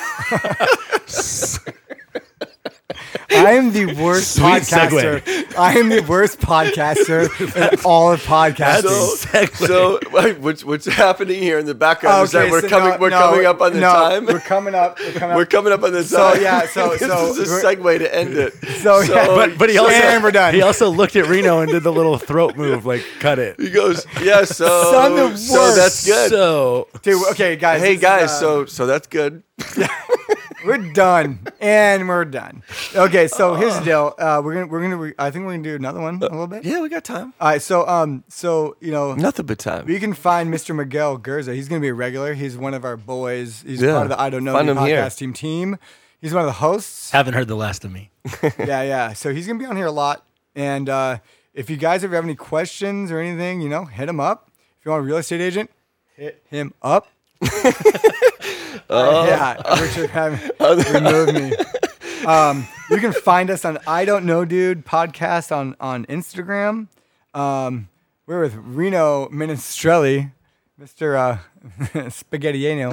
[SPEAKER 6] I am the worst
[SPEAKER 7] Sweet
[SPEAKER 6] podcaster. I am the worst podcaster in all of podcasting.
[SPEAKER 5] So,
[SPEAKER 7] Exactly.
[SPEAKER 5] so wait, what's what's happening here in the background is that
[SPEAKER 6] Oh, Okay,
[SPEAKER 5] we're
[SPEAKER 6] so
[SPEAKER 5] coming
[SPEAKER 6] no-
[SPEAKER 5] we're
[SPEAKER 6] no,
[SPEAKER 5] coming up on the
[SPEAKER 6] no,
[SPEAKER 5] time.
[SPEAKER 6] We're coming up. We're coming up.
[SPEAKER 5] We're coming up on the
[SPEAKER 6] So,
[SPEAKER 5] time.
[SPEAKER 6] yeah, so-
[SPEAKER 5] this
[SPEAKER 6] so
[SPEAKER 5] is a
[SPEAKER 6] we're-
[SPEAKER 5] segue to end it.
[SPEAKER 6] So, yeah,
[SPEAKER 7] But but he also
[SPEAKER 6] And we're done.
[SPEAKER 7] he also looked at Reno and did the little throat move, like cut it.
[SPEAKER 5] he goes, yeah. So
[SPEAKER 6] Son of
[SPEAKER 5] so that's good.
[SPEAKER 7] So
[SPEAKER 6] Dude, okay, guys.
[SPEAKER 5] hey
[SPEAKER 6] this is,
[SPEAKER 5] guys,
[SPEAKER 6] uh,
[SPEAKER 5] so so that's good.
[SPEAKER 6] we're done, and we're done. Okay, so here's the deal. Uh, we're gonna we're gonna. Re- I think we're gonna do another one a little bit.
[SPEAKER 5] Yeah, we got time.
[SPEAKER 6] All right. So um. So you know.
[SPEAKER 5] Nothing but time.
[SPEAKER 6] We can find Mr. Miguel Gerza. He's going to be a regular. He's one of our boys. He's
[SPEAKER 5] Yeah.
[SPEAKER 6] part of the I Don't Know
[SPEAKER 5] Find
[SPEAKER 6] Me
[SPEAKER 5] him here.
[SPEAKER 6] podcast team team. He's one of the hosts.
[SPEAKER 7] haven't heard the last of me.
[SPEAKER 6] yeah, yeah. So he's going to be on here a lot. And uh, if you guys ever have any questions or anything, you know, hit him up. If you want a real estate agent, hit him up.
[SPEAKER 5] Oh.
[SPEAKER 6] Uh, yeah, Richard Hammond removed me. Um, you can find us on I Don't Know Dude podcast on on Instagram. Um, we're with Reno Minestrelli, Mr. Uh, Spaghettiano.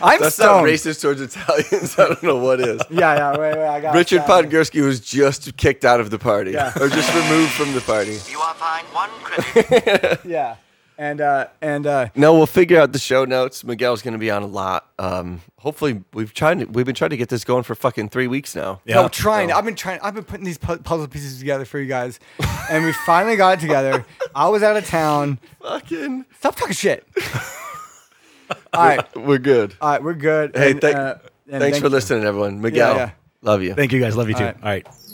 [SPEAKER 6] I'm
[SPEAKER 5] That's
[SPEAKER 6] stoned.
[SPEAKER 5] not racist towards Italians. I don't know what is.
[SPEAKER 6] Yeah, yeah, wait, wait, I got
[SPEAKER 5] Richard
[SPEAKER 6] that.
[SPEAKER 5] Podgorski was just kicked out of the party,
[SPEAKER 6] Yeah.
[SPEAKER 5] or just removed from the party.
[SPEAKER 1] You are fine one credit.
[SPEAKER 6] Yeah, and uh, and uh,
[SPEAKER 5] No, we'll figure out the show notes. Miguel's going to be on a lot. Um, hopefully, we've tried. To, we've been trying to get this going for fucking three weeks now.
[SPEAKER 7] Yeah.
[SPEAKER 6] No, trying. I've been trying. I've been putting these pu- puzzle pieces together for you guys, and we finally got it together. I was out of town.
[SPEAKER 5] Fucking,
[SPEAKER 6] Stop talking shit. all right,
[SPEAKER 5] we're good.
[SPEAKER 6] all right, we're good.
[SPEAKER 5] hey,
[SPEAKER 6] and,
[SPEAKER 5] thank,
[SPEAKER 6] uh, and
[SPEAKER 5] thanks
[SPEAKER 6] thank
[SPEAKER 5] for
[SPEAKER 6] you.
[SPEAKER 5] listening, everyone. Miguel,
[SPEAKER 6] yeah.
[SPEAKER 5] love you.
[SPEAKER 7] Thank you guys. Love you too.
[SPEAKER 6] All right.
[SPEAKER 7] All right.